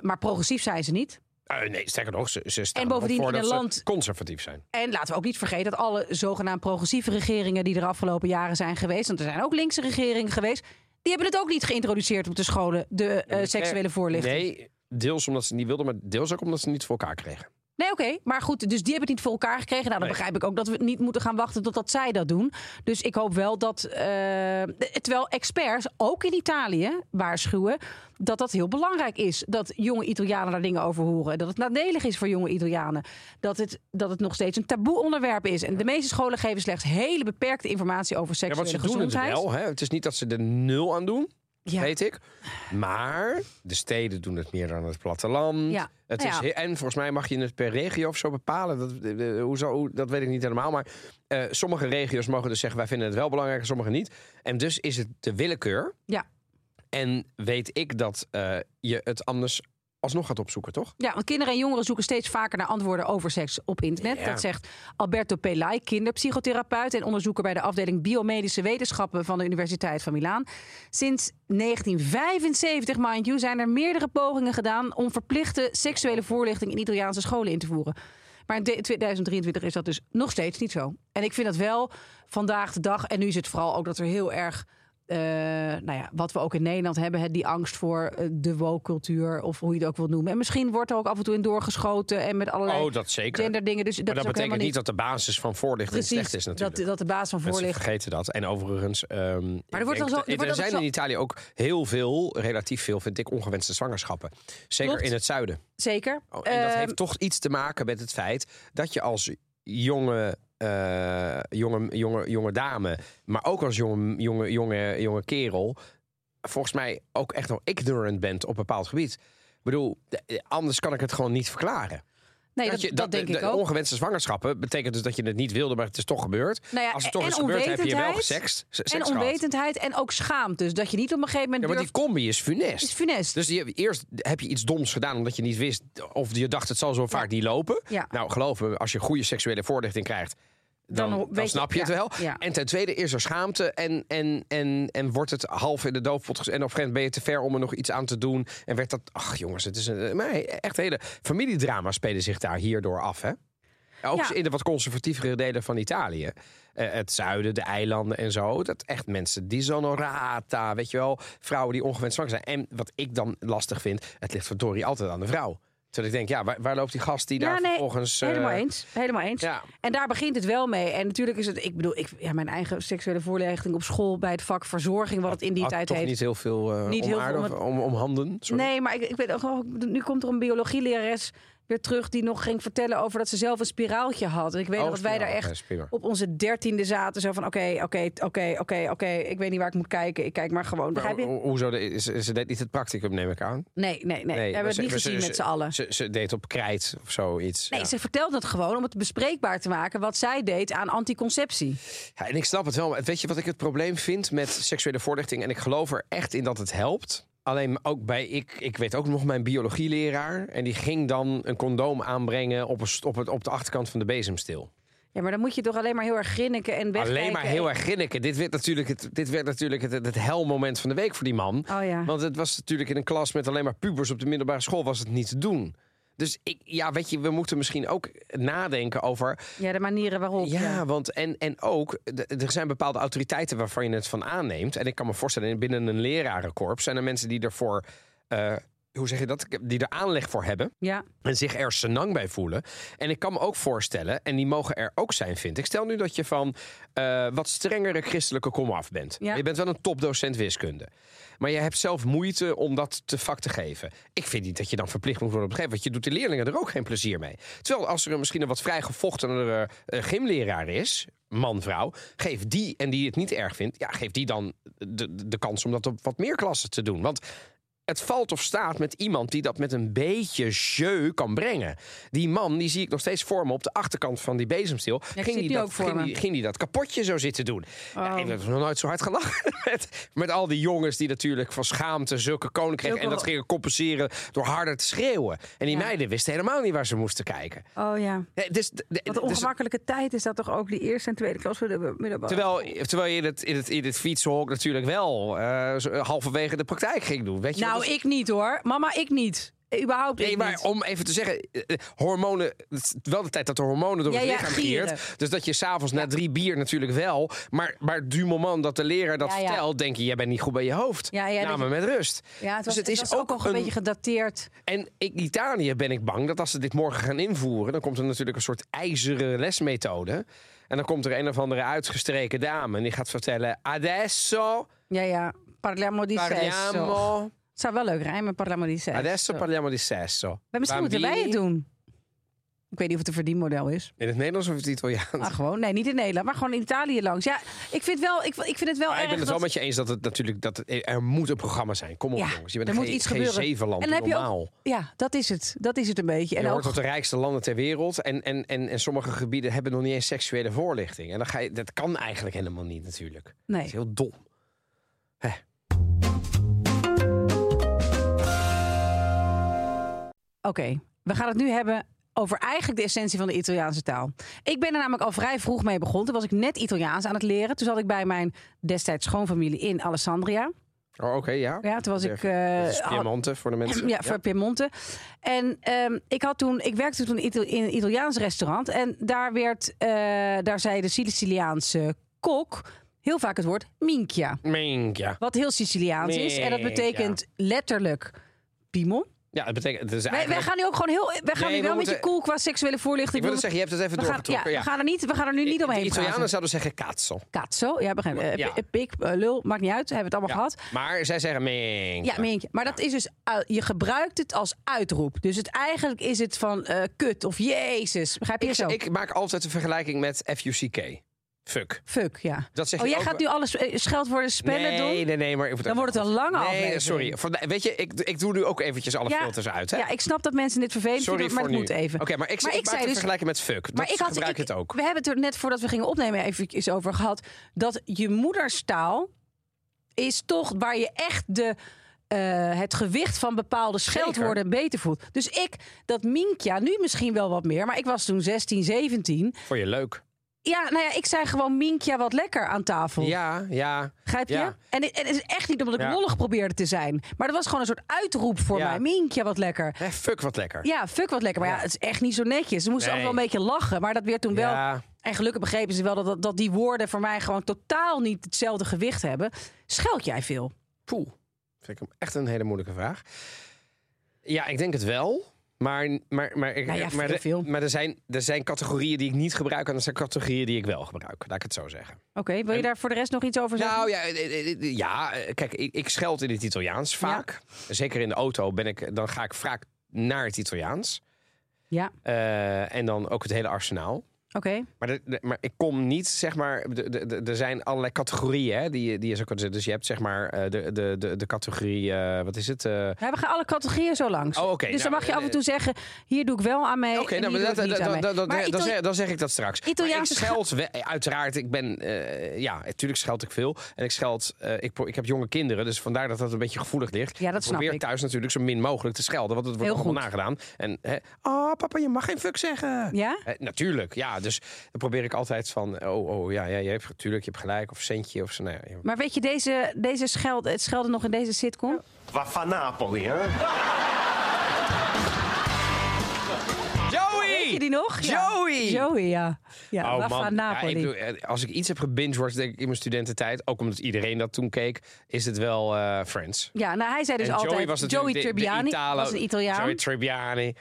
[SPEAKER 1] maar progressief zijn ze niet.
[SPEAKER 2] Eh, nee, sterker nog, ze, ze staan
[SPEAKER 1] En bovendien
[SPEAKER 2] erop voor
[SPEAKER 1] in
[SPEAKER 2] dat
[SPEAKER 1] een
[SPEAKER 2] ze
[SPEAKER 1] land-
[SPEAKER 2] conservatief zijn.
[SPEAKER 1] En laten we ook niet vergeten dat alle zogenaamd progressieve regeringen die er afgelopen jaren zijn geweest, want er zijn ook linkse regeringen geweest, die hebben het ook niet geïntroduceerd op de scholen, de eh, seksuele voorlichting. Nee,
[SPEAKER 2] Nee, deels omdat ze het niet wilden, maar deels ook omdat ze het niet voor elkaar kregen.
[SPEAKER 1] oké, maar goed, dus die hebben het niet voor elkaar gekregen. Nou, dan
[SPEAKER 2] Nee.
[SPEAKER 1] begrijp ik ook dat we niet moeten gaan wachten totdat zij dat doen. Dus ik hoop wel dat, eh, terwijl experts ook in Italië waarschuwen dat dat heel belangrijk is, dat jonge Italianen daar dingen over horen, dat het nadelig is voor jonge Italianen, dat het, dat het nog steeds een taboe onderwerp is. En de meeste scholen geven slechts hele beperkte informatie over
[SPEAKER 2] Ja,
[SPEAKER 1] seksuele
[SPEAKER 2] want ze doen het
[SPEAKER 1] gezondheid.
[SPEAKER 2] wel. Hè? Het is niet dat ze er nul aan doen,
[SPEAKER 1] Ja.
[SPEAKER 2] weet ik. Maar de steden doen het meer dan het platteland.
[SPEAKER 1] Ja.
[SPEAKER 2] Het
[SPEAKER 1] Nou
[SPEAKER 2] is,
[SPEAKER 1] ja.
[SPEAKER 2] he- En volgens mij mag je het per regio of zo bepalen. Dat, eh, eh, hoe zou- hoe- dat weet ik niet helemaal. Maar eh, sommige regio's mogen dus zeggen... wij vinden het wel belangrijk en sommige niet. En dus is het de willekeur.
[SPEAKER 1] Ja.
[SPEAKER 2] En weet ik dat eh, je het anders alsnog gaat opzoeken, toch?
[SPEAKER 1] Ja, want kinderen en jongeren zoeken steeds vaker naar antwoorden over seks op internet.
[SPEAKER 2] Ja.
[SPEAKER 1] Dat zegt Alberto Pelai, kinderpsychotherapeut en onderzoeker bij de afdeling Biomedische Wetenschappen van de Universiteit van Milaan. Sinds 1975, mind you, zijn er meerdere pogingen gedaan om verplichte seksuele voorlichting in Italiaanse scholen in te voeren. Maar in de- 2023 is dat dus nog steeds niet zo. En ik vind dat wel vandaag de dag. En nu is het vooral ook dat er heel erg. eh, nou ja, wat we ook in Nederland hebben, hè, die angst voor eh, de woke-cultuur, of hoe je het ook wilt noemen. En misschien wordt er ook af en toe in doorgeschoten en met allerlei
[SPEAKER 2] Oh, dat zeker.
[SPEAKER 1] genderdingen. Dus dat,
[SPEAKER 2] maar
[SPEAKER 1] is
[SPEAKER 2] dat
[SPEAKER 1] ook helemaal
[SPEAKER 2] betekent niet dat de basis van voorlichting
[SPEAKER 1] precies
[SPEAKER 2] slecht is natuurlijk.
[SPEAKER 1] dat, dat de baas van
[SPEAKER 2] Mensen
[SPEAKER 1] voorlicht.
[SPEAKER 2] vergeten dat. En overigens. ehm, ik
[SPEAKER 1] wordt
[SPEAKER 2] denk
[SPEAKER 1] dan zo- er
[SPEAKER 2] dat-
[SPEAKER 1] wordt
[SPEAKER 2] er
[SPEAKER 1] dan
[SPEAKER 2] zijn
[SPEAKER 1] zo-
[SPEAKER 2] in Italië ook heel veel, relatief veel, vind ik, ongewenste zwangerschappen. Zeker
[SPEAKER 1] Klopt.
[SPEAKER 2] in het zuiden.
[SPEAKER 1] Zeker.
[SPEAKER 2] Oh, en dat
[SPEAKER 1] Ehm,
[SPEAKER 2] heeft toch iets te maken met het feit dat je als jonge. eh, jonge, jonge, jonge dame, maar ook als jonge, jonge, jonge, jonge kerel, volgens mij ook echt nog ignorant bent op een bepaald gebied. Ik bedoel, eh, anders kan ik het gewoon niet verklaren.
[SPEAKER 1] nee, dat, dat, denk
[SPEAKER 2] de-
[SPEAKER 1] ik
[SPEAKER 2] de
[SPEAKER 1] ook.
[SPEAKER 2] Ongewenste zwangerschappen betekent dus dat je het niet wilde, maar het is toch gebeurd.
[SPEAKER 1] Nou ja,
[SPEAKER 2] Als het toch
[SPEAKER 1] en
[SPEAKER 2] is gebeurd, heb je wel
[SPEAKER 1] onwetendheid.
[SPEAKER 2] gesekst. se-
[SPEAKER 1] En
[SPEAKER 2] seks gehad.
[SPEAKER 1] onwetendheid en ook schaamt. Dus dat je niet op een gegeven moment
[SPEAKER 2] Ja, maar die
[SPEAKER 1] durft,
[SPEAKER 2] combi is funest.
[SPEAKER 1] is funest.
[SPEAKER 2] Dus je, eerst heb je iets doms gedaan omdat je niet wist of je dacht het zal zo vaak niet lopen.
[SPEAKER 1] Ja.
[SPEAKER 2] Nou, geloof me, als je goede seksuele voorlichting krijgt, dan,
[SPEAKER 1] Dan
[SPEAKER 2] dan,
[SPEAKER 1] weet je-
[SPEAKER 2] snap je het
[SPEAKER 1] ja,
[SPEAKER 2] wel.
[SPEAKER 1] ja.
[SPEAKER 2] En ten tweede is er schaamte en, en, en, en wordt het half in de doofpot gezet. En op een gegeven moment ben je te ver om er nog iets aan te doen. En werd dat, ach jongens, het is een, eh, maar echt hele familiedrama's spelen zich daar hierdoor af, hè? Ook
[SPEAKER 1] Ja.
[SPEAKER 2] in de wat conservatievere delen van Italië. Eh, het zuiden, de eilanden en zo. Dat echt mensen disonorata, weet je wel. Vrouwen die ongewenst zwanger zijn. En wat ik dan lastig vind, het ligt verdorie altijd aan de vrouw. Terwijl ik denk, ja, waar, waar loopt die gast die
[SPEAKER 1] Ja,
[SPEAKER 2] daar
[SPEAKER 1] nee,
[SPEAKER 2] vervolgens... eh,
[SPEAKER 1] Helemaal eens. Helemaal eens.
[SPEAKER 2] Ja.
[SPEAKER 1] En daar begint het wel mee. En natuurlijk is het, ik bedoel, ik, ja, mijn eigen seksuele voorlichting op school bij het vak verzorging, wat het in die
[SPEAKER 2] had
[SPEAKER 1] tijd
[SPEAKER 2] toch
[SPEAKER 1] heet.
[SPEAKER 2] niet heel veel eh
[SPEAKER 1] Niet
[SPEAKER 2] om,
[SPEAKER 1] heel veel
[SPEAKER 2] aarde
[SPEAKER 1] om
[SPEAKER 2] of om, om handen. Sorry.
[SPEAKER 1] Nee, maar ik, ik weet ook, oh, nu komt er een biologielerares weer terug die nog ging vertellen over dat ze zelf een spiraaltje had. En ik weet
[SPEAKER 2] Oh,
[SPEAKER 1] nog dat wij daar
[SPEAKER 2] spiraal.
[SPEAKER 1] echt
[SPEAKER 2] Ja, is prima.
[SPEAKER 1] op onze dertiende zaten. Zo van, oké, oké, oké, oké, oké. Ik weet niet waar ik moet kijken. Ik kijk maar gewoon.
[SPEAKER 2] Maar
[SPEAKER 1] Begrijp je?
[SPEAKER 2] ho- hoezo? de- Ze, ze deed niet het practicum, neem ik aan.
[SPEAKER 1] Nee, nee, nee. We
[SPEAKER 2] maar
[SPEAKER 1] hebben het
[SPEAKER 2] ze-
[SPEAKER 1] niet
[SPEAKER 2] maar ze-
[SPEAKER 1] gezien
[SPEAKER 2] ze-
[SPEAKER 1] met z'n allen.
[SPEAKER 2] Ze, ze deed op krijt of zoiets.
[SPEAKER 1] Nee,
[SPEAKER 2] ja.
[SPEAKER 1] ze vertelde het gewoon om het bespreekbaar te maken wat zij deed aan anticonceptie.
[SPEAKER 2] Ja, en ik snap het wel. Maar weet je wat ik het probleem vind met seksuele voorlichting? En ik geloof er echt in dat het helpt. Alleen ook bij, ik, ik weet ook nog mijn biologieleraar. En die ging dan een condoom aanbrengen op, een, st- op, het, op de achterkant van de bezemstil.
[SPEAKER 1] Ja, maar dan moet je toch alleen maar heel erg grinniken en wegkijken.
[SPEAKER 2] Alleen maar heel erg grinniken. Dit werd natuurlijk, het, dit werd natuurlijk het, het, het helmoment van de week voor die man.
[SPEAKER 1] Oh ja.
[SPEAKER 2] Want het was natuurlijk in een klas met alleen maar pubers op de middelbare school was het niet te doen. Dus ik, ja, weet je, we moeten misschien ook nadenken over
[SPEAKER 1] Ja, de manieren waarop.
[SPEAKER 2] Ja, want en, en ook, d- er zijn bepaalde autoriteiten waarvan je het van aanneemt. En ik kan me voorstellen, binnen een lerarenkorps zijn er mensen die ervoor, eh, hoe zeg je dat, die er aanleg voor hebben.
[SPEAKER 1] Ja.
[SPEAKER 2] En zich er senang bij voelen. En ik kan me ook voorstellen, en die mogen er ook zijn, vind ik. Stel nu dat je van eh, wat strengere christelijke komaf bent.
[SPEAKER 1] Ja.
[SPEAKER 2] Je bent wel een topdocent wiskunde. Maar je hebt zelf moeite om dat te vak te geven. Ik vind niet dat je dan verplicht moet worden op een gegeven moment. Want je doet de leerlingen er ook geen plezier mee. Terwijl als er misschien een wat vrijgevochtener eh gymleraar is, man, vrouw, geef die en die het niet erg vindt, ja, geef die dan de, de kans om dat op wat meer klassen te doen. Want het valt of staat met iemand die dat met een beetje jeu kan brengen. Die man, die zie ik nog steeds voor me op de achterkant van die bezemstil.
[SPEAKER 1] ik
[SPEAKER 2] ging,
[SPEAKER 1] zie
[SPEAKER 2] die
[SPEAKER 1] die
[SPEAKER 2] dat,
[SPEAKER 1] ook voor
[SPEAKER 2] ging,
[SPEAKER 1] me.
[SPEAKER 2] die, ging die dat kapotje zo zitten doen. Ja,
[SPEAKER 1] Oh.
[SPEAKER 2] ik heb nog nooit zo hard gelachen. Met, met al die jongens die natuurlijk van schaamte zulke konen kregen.
[SPEAKER 1] Zulke-
[SPEAKER 2] En dat gingen compenseren door harder te schreeuwen. En die
[SPEAKER 1] Ja.
[SPEAKER 2] meiden wisten helemaal niet waar ze moesten kijken.
[SPEAKER 1] Oh ja.
[SPEAKER 2] Nee, Dus, d- d-
[SPEAKER 1] Wat een
[SPEAKER 2] dus-
[SPEAKER 1] ongemakkelijke tijd is dat toch ook, die eerste en tweede klas voor de middelbare.
[SPEAKER 2] Terwijl, terwijl je in het, in het, in het fietsenhok natuurlijk wel eh, zo- halverwege de praktijk ging doen. Weet je,
[SPEAKER 1] Nou,
[SPEAKER 2] dat is-
[SPEAKER 1] ik niet hoor. Mama, ik niet. Überhaupt
[SPEAKER 2] Nee,
[SPEAKER 1] ik
[SPEAKER 2] maar
[SPEAKER 1] niet.
[SPEAKER 2] om even te zeggen, eh, eh, hormonen, het is wel de tijd dat de hormonen door
[SPEAKER 1] Ja,
[SPEAKER 2] het
[SPEAKER 1] ja,
[SPEAKER 2] lichaam
[SPEAKER 1] gieren.
[SPEAKER 2] giert. Dus dat je s'avonds na drie bier natuurlijk wel, maar, maar du moment dat de leraar dat
[SPEAKER 1] Ja, ja.
[SPEAKER 2] vertelt, denk je, jij bent niet goed bij je hoofd.
[SPEAKER 1] Ja, ja,
[SPEAKER 2] Laat
[SPEAKER 1] dat
[SPEAKER 2] me met rust.
[SPEAKER 1] Ja, het was,
[SPEAKER 2] dus het
[SPEAKER 1] het
[SPEAKER 2] is
[SPEAKER 1] was ook,
[SPEAKER 2] ook
[SPEAKER 1] nog een
[SPEAKER 2] een-
[SPEAKER 1] beetje gedateerd.
[SPEAKER 2] En in Italië ben ik bang dat als ze dit morgen gaan invoeren, dan komt er natuurlijk een soort ijzeren lesmethode. En dan komt er een of andere uitgestreken dame en die gaat vertellen, adesso
[SPEAKER 1] Ja, ja. Parliamo di sesso.
[SPEAKER 2] parliamo...
[SPEAKER 1] Het zou wel leuk rijmen, parliamo di sesso.
[SPEAKER 2] Adesso
[SPEAKER 1] Maar
[SPEAKER 2] parliamo di sesso.
[SPEAKER 1] misschien moeten wij het
[SPEAKER 2] Bambini.
[SPEAKER 1] doen. Ik weet niet of het een verdienmodel is.
[SPEAKER 2] In het Nederlands of het Italiaans?
[SPEAKER 1] Maar gewoon, nee, niet in Nederland, maar gewoon in Italië langs. Ja, ik vind, wel, ik, ik vind het wel
[SPEAKER 2] Maar
[SPEAKER 1] erg
[SPEAKER 2] Nou, ik ben het wel
[SPEAKER 1] dat-
[SPEAKER 2] met je eens dat het natuurlijk dat het- er moet een programma zijn. Kom op
[SPEAKER 1] Ja,
[SPEAKER 2] jongens, je bent
[SPEAKER 1] er
[SPEAKER 2] een
[SPEAKER 1] moet
[SPEAKER 2] G-
[SPEAKER 1] iets gebeuren.
[SPEAKER 2] G7-land,
[SPEAKER 1] En dan heb je ook-
[SPEAKER 2] normaal.
[SPEAKER 1] Ja, dat is het. Dat is het een beetje. En
[SPEAKER 2] je
[SPEAKER 1] ook
[SPEAKER 2] hoort tot de rijkste landen ter wereld en, en, en, en sommige gebieden hebben nog niet eens seksuele voorlichting. En dan ga je, dat kan eigenlijk helemaal niet natuurlijk. Dat is
[SPEAKER 1] Nee.
[SPEAKER 2] heel dom. Hè.
[SPEAKER 1] Oké, we gaan het nu hebben over eigenlijk de essentie van de Italiaanse taal. Ik ben er namelijk al vrij vroeg mee begonnen. Toen was ik net Italiaans aan het leren. Toen zat ik bij mijn destijds schoonfamilie in Alessandria.
[SPEAKER 2] Oh, Oké, ja.
[SPEAKER 1] Ja, toen was ik...
[SPEAKER 2] Dat
[SPEAKER 1] eh,
[SPEAKER 2] is
[SPEAKER 1] had-
[SPEAKER 2] diamanten voor de mensen.
[SPEAKER 1] ja, voor Piemonte. En ehm, ik, had toen, ik werkte toen Ita- in een Italiaans restaurant. En daar, werd, eh, daar zei de Siciliaanse kok heel vaak het woord minchia.
[SPEAKER 2] Mink, ja.
[SPEAKER 1] Wat heel Siciliaans is. En dat
[SPEAKER 2] Minchia.
[SPEAKER 1] betekent letterlijk piemel.
[SPEAKER 2] Ja, dat betekent... Het is
[SPEAKER 1] Wij, wij
[SPEAKER 2] eigenlijk-
[SPEAKER 1] gaan nu ook gewoon heel. Wij gaan
[SPEAKER 2] Nee,
[SPEAKER 1] nu
[SPEAKER 2] we
[SPEAKER 1] wel een beetje
[SPEAKER 2] moeten-
[SPEAKER 1] cool qua seksuele
[SPEAKER 2] Ik
[SPEAKER 1] voorlichting.
[SPEAKER 2] wilde
[SPEAKER 1] doen.
[SPEAKER 2] zeggen, je hebt het even
[SPEAKER 1] we gaan, ja,
[SPEAKER 2] doorgetrokken. Ja,
[SPEAKER 1] We, gaan er niet, we gaan er nu niet
[SPEAKER 2] de
[SPEAKER 1] omheen
[SPEAKER 2] Italianen
[SPEAKER 1] praten.
[SPEAKER 2] zouden zeggen kaatsel.
[SPEAKER 1] Katso, ja, begrijp ik. Eh,
[SPEAKER 2] Ja.
[SPEAKER 1] Pik, eh, lul, maakt niet uit. Hebben we het
[SPEAKER 2] Ja.
[SPEAKER 1] allemaal gehad.
[SPEAKER 2] Maar zij zeggen mink.
[SPEAKER 1] Ja, meentje. Maar dat is dus, uh, je gebruikt het als uitroep. Dus het, eigenlijk is het van eh, kut of jezus. Begrijp je
[SPEAKER 2] Ik,
[SPEAKER 1] zo?
[SPEAKER 2] ik maak altijd een vergelijking met FUCK. Fuck.
[SPEAKER 1] Fuck, ja.
[SPEAKER 2] Dat zeg
[SPEAKER 1] Oh,
[SPEAKER 2] je
[SPEAKER 1] jij
[SPEAKER 2] ook-
[SPEAKER 1] gaat nu alles eh, scheldwoorden spellen
[SPEAKER 2] nee,
[SPEAKER 1] doen?
[SPEAKER 2] Nee, nee, maar... ik moet
[SPEAKER 1] Dan
[SPEAKER 2] ook-
[SPEAKER 1] wordt het een lange
[SPEAKER 2] nee,
[SPEAKER 1] aflevering.
[SPEAKER 2] sorry. Van- weet je, ik, ik doe nu ook eventjes alle filters uit, hè?
[SPEAKER 1] Ja, ik snap dat mensen dit vervelend
[SPEAKER 2] sorry
[SPEAKER 1] vinden, maar
[SPEAKER 2] voor
[SPEAKER 1] het
[SPEAKER 2] nu.
[SPEAKER 1] moet even.
[SPEAKER 2] Oké, maar ik,
[SPEAKER 1] Maar
[SPEAKER 2] ik
[SPEAKER 1] ik
[SPEAKER 2] maak
[SPEAKER 1] zei
[SPEAKER 2] de
[SPEAKER 1] dus-
[SPEAKER 2] vergelijking met fuck.
[SPEAKER 1] Maar
[SPEAKER 2] dat
[SPEAKER 1] ik had,
[SPEAKER 2] gebruik
[SPEAKER 1] ik-
[SPEAKER 2] het ook.
[SPEAKER 1] We hebben het er net voordat we gingen opnemen eventjes over gehad. Dat je moederstaal is toch waar je echt de, eh, het gewicht van bepaalde scheldwoorden beter voelt. Dus ik, dat minkja, nu misschien wel wat meer. Maar ik was toen 16, 17.
[SPEAKER 2] Vond je leuk?
[SPEAKER 1] Ja, nou ja, ik zei gewoon minkja wat lekker aan tafel.
[SPEAKER 2] Ja, ja.
[SPEAKER 1] Grijp je?
[SPEAKER 2] Ja.
[SPEAKER 1] En, het- en het is echt niet omdat ik
[SPEAKER 2] Ja.
[SPEAKER 1] lollig probeerde te zijn. Maar dat was gewoon een soort uitroep voor
[SPEAKER 2] Ja.
[SPEAKER 1] mij. Minkja wat lekker.
[SPEAKER 2] Hè, fuck, wat lekker.
[SPEAKER 1] Ja, fuck wat lekker. Maar ja, het is echt niet zo netjes. Ze moesten
[SPEAKER 2] Nee.
[SPEAKER 1] ook wel een beetje lachen. Maar dat werd toen wel
[SPEAKER 2] Ja.
[SPEAKER 1] en gelukkig begrepen ze wel dat- dat, dat die woorden voor mij gewoon totaal niet hetzelfde gewicht hebben. Scheld jij veel?
[SPEAKER 2] Poeh. Vind ik hem echt een hele moeilijke vraag. Ja, ik denk het wel. Maar, maar, maar, ik-
[SPEAKER 1] Nou ja,
[SPEAKER 2] maar,
[SPEAKER 1] veel, veel.
[SPEAKER 2] maar er, zijn, er zijn categorieën die ik niet gebruik... en er zijn categorieën die ik wel gebruik. Laat ik het zo zeggen.
[SPEAKER 1] Oké, wil je daar voor de rest nog iets over zeggen?
[SPEAKER 2] Nou ja, eh, eh, eh, ja eh, kijk, ik, ik scheld in het Italiaans vaak. Zeker in de auto ben ik, dan ga ik vaak naar het Italiaans.
[SPEAKER 1] ja,
[SPEAKER 2] Eh, en dan ook het hele arsenaal.
[SPEAKER 1] oké.
[SPEAKER 2] Maar, de- de- maar ik kom niet, zeg maar, de- de- de- er zijn allerlei categorieën hè, die, je- die je zo kan zetten. Dus je hebt zeg maar eh, de, de, de, de categorie, eh, wat is het? Eh,
[SPEAKER 1] Ja, we gaan alle categorieën zo langs.
[SPEAKER 2] Oh, oké.
[SPEAKER 1] Dus dan
[SPEAKER 2] Nou,
[SPEAKER 1] mag je af en
[SPEAKER 2] eh,
[SPEAKER 1] toe zeggen, hier doe ik wel aan mee.
[SPEAKER 2] Oké,
[SPEAKER 1] en
[SPEAKER 2] nou,
[SPEAKER 1] hier
[SPEAKER 2] maar
[SPEAKER 1] doe
[SPEAKER 2] dat-
[SPEAKER 1] ik niet
[SPEAKER 2] dat-
[SPEAKER 1] aan mee.
[SPEAKER 2] dat- dat-
[SPEAKER 1] Maar
[SPEAKER 2] dat- dan
[SPEAKER 1] Itali-
[SPEAKER 2] zeg- dan zeg ik dat straks. Maar
[SPEAKER 1] Italiaanse
[SPEAKER 2] ik scheld, we- uiteraard, ik ben, eh, ja, natuurlijk scheld ik veel. En ik scheld, eh, ik, pro- ik heb jonge kinderen, dus vandaar dat dat een beetje gevoelig ligt.
[SPEAKER 1] Ja, dat snap
[SPEAKER 2] probeer
[SPEAKER 1] ik.
[SPEAKER 2] thuis natuurlijk zo min mogelijk te schelden, want het wordt
[SPEAKER 1] Heel
[SPEAKER 2] allemaal nagedaan. En, hè, oh papa, je mag geen fuck zeggen.
[SPEAKER 1] Ja?
[SPEAKER 2] Eh, natuurlijk, ja. Dus dan probeer ik altijd van, oh, oh ja, ja, je hebt natuurlijk, je hebt gelijk, of centje, of zo. Nou, ja,
[SPEAKER 1] Maar weet je, deze, deze scheld, het schelden nog in deze sitcom?
[SPEAKER 3] Vaffa Napoli, hè?
[SPEAKER 2] Joey!
[SPEAKER 1] Weet je die nog? Ja.
[SPEAKER 2] Joey!
[SPEAKER 1] Joey, ja. Ja,
[SPEAKER 2] Oh
[SPEAKER 1] Rafa
[SPEAKER 2] man, Ja, ik
[SPEAKER 1] Napoli.
[SPEAKER 2] bedoel, eh, als ik iets heb gebingewatcht denk ik in mijn studententijd, ook omdat iedereen dat toen keek, is het wel eh, Friends.
[SPEAKER 1] Ja, nou hij zei dus
[SPEAKER 2] en
[SPEAKER 1] altijd,
[SPEAKER 2] Joey was natuurlijk
[SPEAKER 1] Joey
[SPEAKER 2] de- de
[SPEAKER 1] Tribbiani
[SPEAKER 2] Italo-
[SPEAKER 1] was een Italiaan.
[SPEAKER 2] Joey Tribbiani.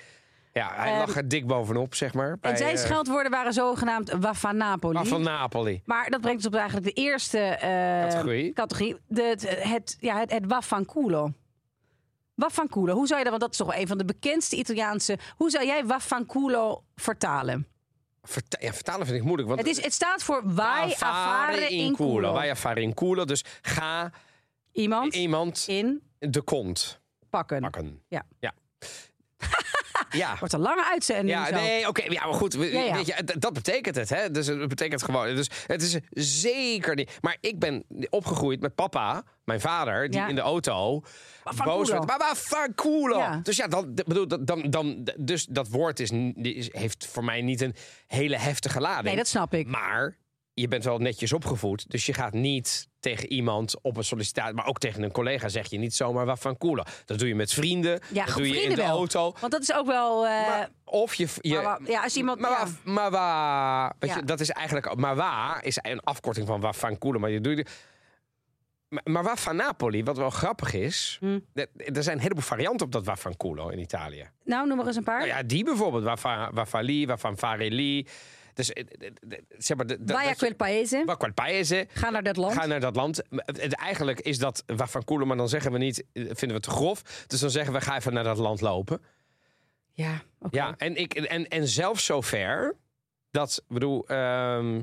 [SPEAKER 2] Ja, hij
[SPEAKER 1] Ehm,
[SPEAKER 2] lag er dik bovenop, zeg maar. bij,
[SPEAKER 1] en zijn
[SPEAKER 2] eh,
[SPEAKER 1] scheldwoorden waren zogenaamd Waffa Napoli.
[SPEAKER 2] Rafa van Napoli.
[SPEAKER 1] Maar dat brengt ons op eigenlijk de eerste eh,
[SPEAKER 2] Categorie.
[SPEAKER 1] categorie. De, het, het, ja, het, het waffanculo. Waffanculo, hoe zou je dat, want dat is toch wel een van de bekendste Italiaanse... Hoe zou jij waffanculo vertalen?
[SPEAKER 2] Verta- ja, vertalen vind ik moeilijk, want
[SPEAKER 1] Het, is, het staat voor vai affare in culo.
[SPEAKER 2] Wij affare in culo, dus ga
[SPEAKER 1] Iemand
[SPEAKER 2] iemand
[SPEAKER 1] in
[SPEAKER 2] de kont.
[SPEAKER 1] pakken.
[SPEAKER 2] pakken.
[SPEAKER 1] Ja.
[SPEAKER 2] Ja. ja.
[SPEAKER 1] Wordt een lange uitzending.
[SPEAKER 2] Ja,
[SPEAKER 1] zo.
[SPEAKER 2] nee, oké. ja, maar goed. we-
[SPEAKER 1] Ja, ja.
[SPEAKER 2] Weet je, d- dat betekent het, hè? Dus het betekent gewoon. Dus het is zeker niet. Maar ik ben opgegroeid met papa, mijn vader, die
[SPEAKER 1] Ja.
[SPEAKER 2] in de auto
[SPEAKER 1] van
[SPEAKER 2] boos
[SPEAKER 1] culo.
[SPEAKER 2] werd. Maar waar van culo?
[SPEAKER 1] Ja.
[SPEAKER 2] Dus ja, dan, d- bedoel, dat- dan, dan, d- dus dat woord is, n- die is- heeft voor mij niet een hele heftige lading.
[SPEAKER 1] Nee, dat snap ik.
[SPEAKER 2] Maar je bent wel netjes opgevoed, dus je gaat niet tegen iemand op een sollicitatie, maar ook tegen een collega zeg je niet zomaar wat van culo. Dat doe je met vrienden,
[SPEAKER 1] Ja,
[SPEAKER 2] dat doe je in de
[SPEAKER 1] vrienden wel.
[SPEAKER 2] auto.
[SPEAKER 1] Want dat is ook wel. eh,
[SPEAKER 2] Maar of je, je
[SPEAKER 1] maar wa- ja, als iemand.
[SPEAKER 2] maar,
[SPEAKER 1] ja.
[SPEAKER 2] waar- maar waar- weet
[SPEAKER 1] Ja.
[SPEAKER 2] je, dat is eigenlijk. Maar waar is een afkorting van waar van Koelen. Maar je doet. Maar, maar waar van Napoli, wat wel grappig is.
[SPEAKER 1] Hmm.
[SPEAKER 2] d- Er zijn een heleboel varianten op dat waarvan Culo in Italië.
[SPEAKER 1] Nou, noem maar eens een paar.
[SPEAKER 2] Nou ja, die bijvoorbeeld. Waarvan Waarvan waarvan Varelli. Dus eh, eh, eh, zeg maar. de- de-
[SPEAKER 1] Vaya
[SPEAKER 2] dat je-
[SPEAKER 1] quel paese.
[SPEAKER 2] Waar quel paese.
[SPEAKER 1] Ga naar dat land.
[SPEAKER 2] Ga naar dat land. Maar het- het- Eigenlijk is dat waarvan Koelen, maar dan zeggen we niet. eh, Vinden we te grof. Dus dan zeggen we: ga even naar dat land lopen.
[SPEAKER 1] Ja, oké.
[SPEAKER 2] Ja, en, ik, en, en zelfs zover dat, ik bedoel, ehm,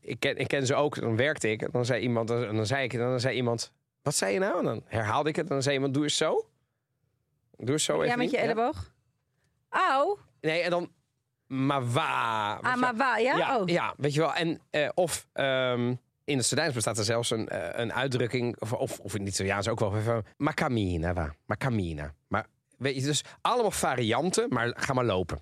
[SPEAKER 2] ik, ken, ik ken ze ook, dan werkte ik, en dan zei iemand, en dan zei ik, en dan zei iemand, wat zei je nou? En dan herhaalde ik het, en dan zei iemand, doe eens zo. Doe eens zo even
[SPEAKER 1] ja, met
[SPEAKER 2] niet.
[SPEAKER 1] je elleboog. Au.
[SPEAKER 2] Nee, en dan, maar waar? Weet
[SPEAKER 1] Ah,
[SPEAKER 2] je
[SPEAKER 1] maar waar? Ja?
[SPEAKER 2] wel? ja,
[SPEAKER 1] oh.
[SPEAKER 2] ja, weet je wel. En, eh, of ehm, in het Sudaans bestaat er zelfs een, eh, een uitdrukking, of, of, of in het Italiaans ook wel, van, maar camina, va, maar camina. Maar weet je, dus allemaal varianten, maar ga maar lopen.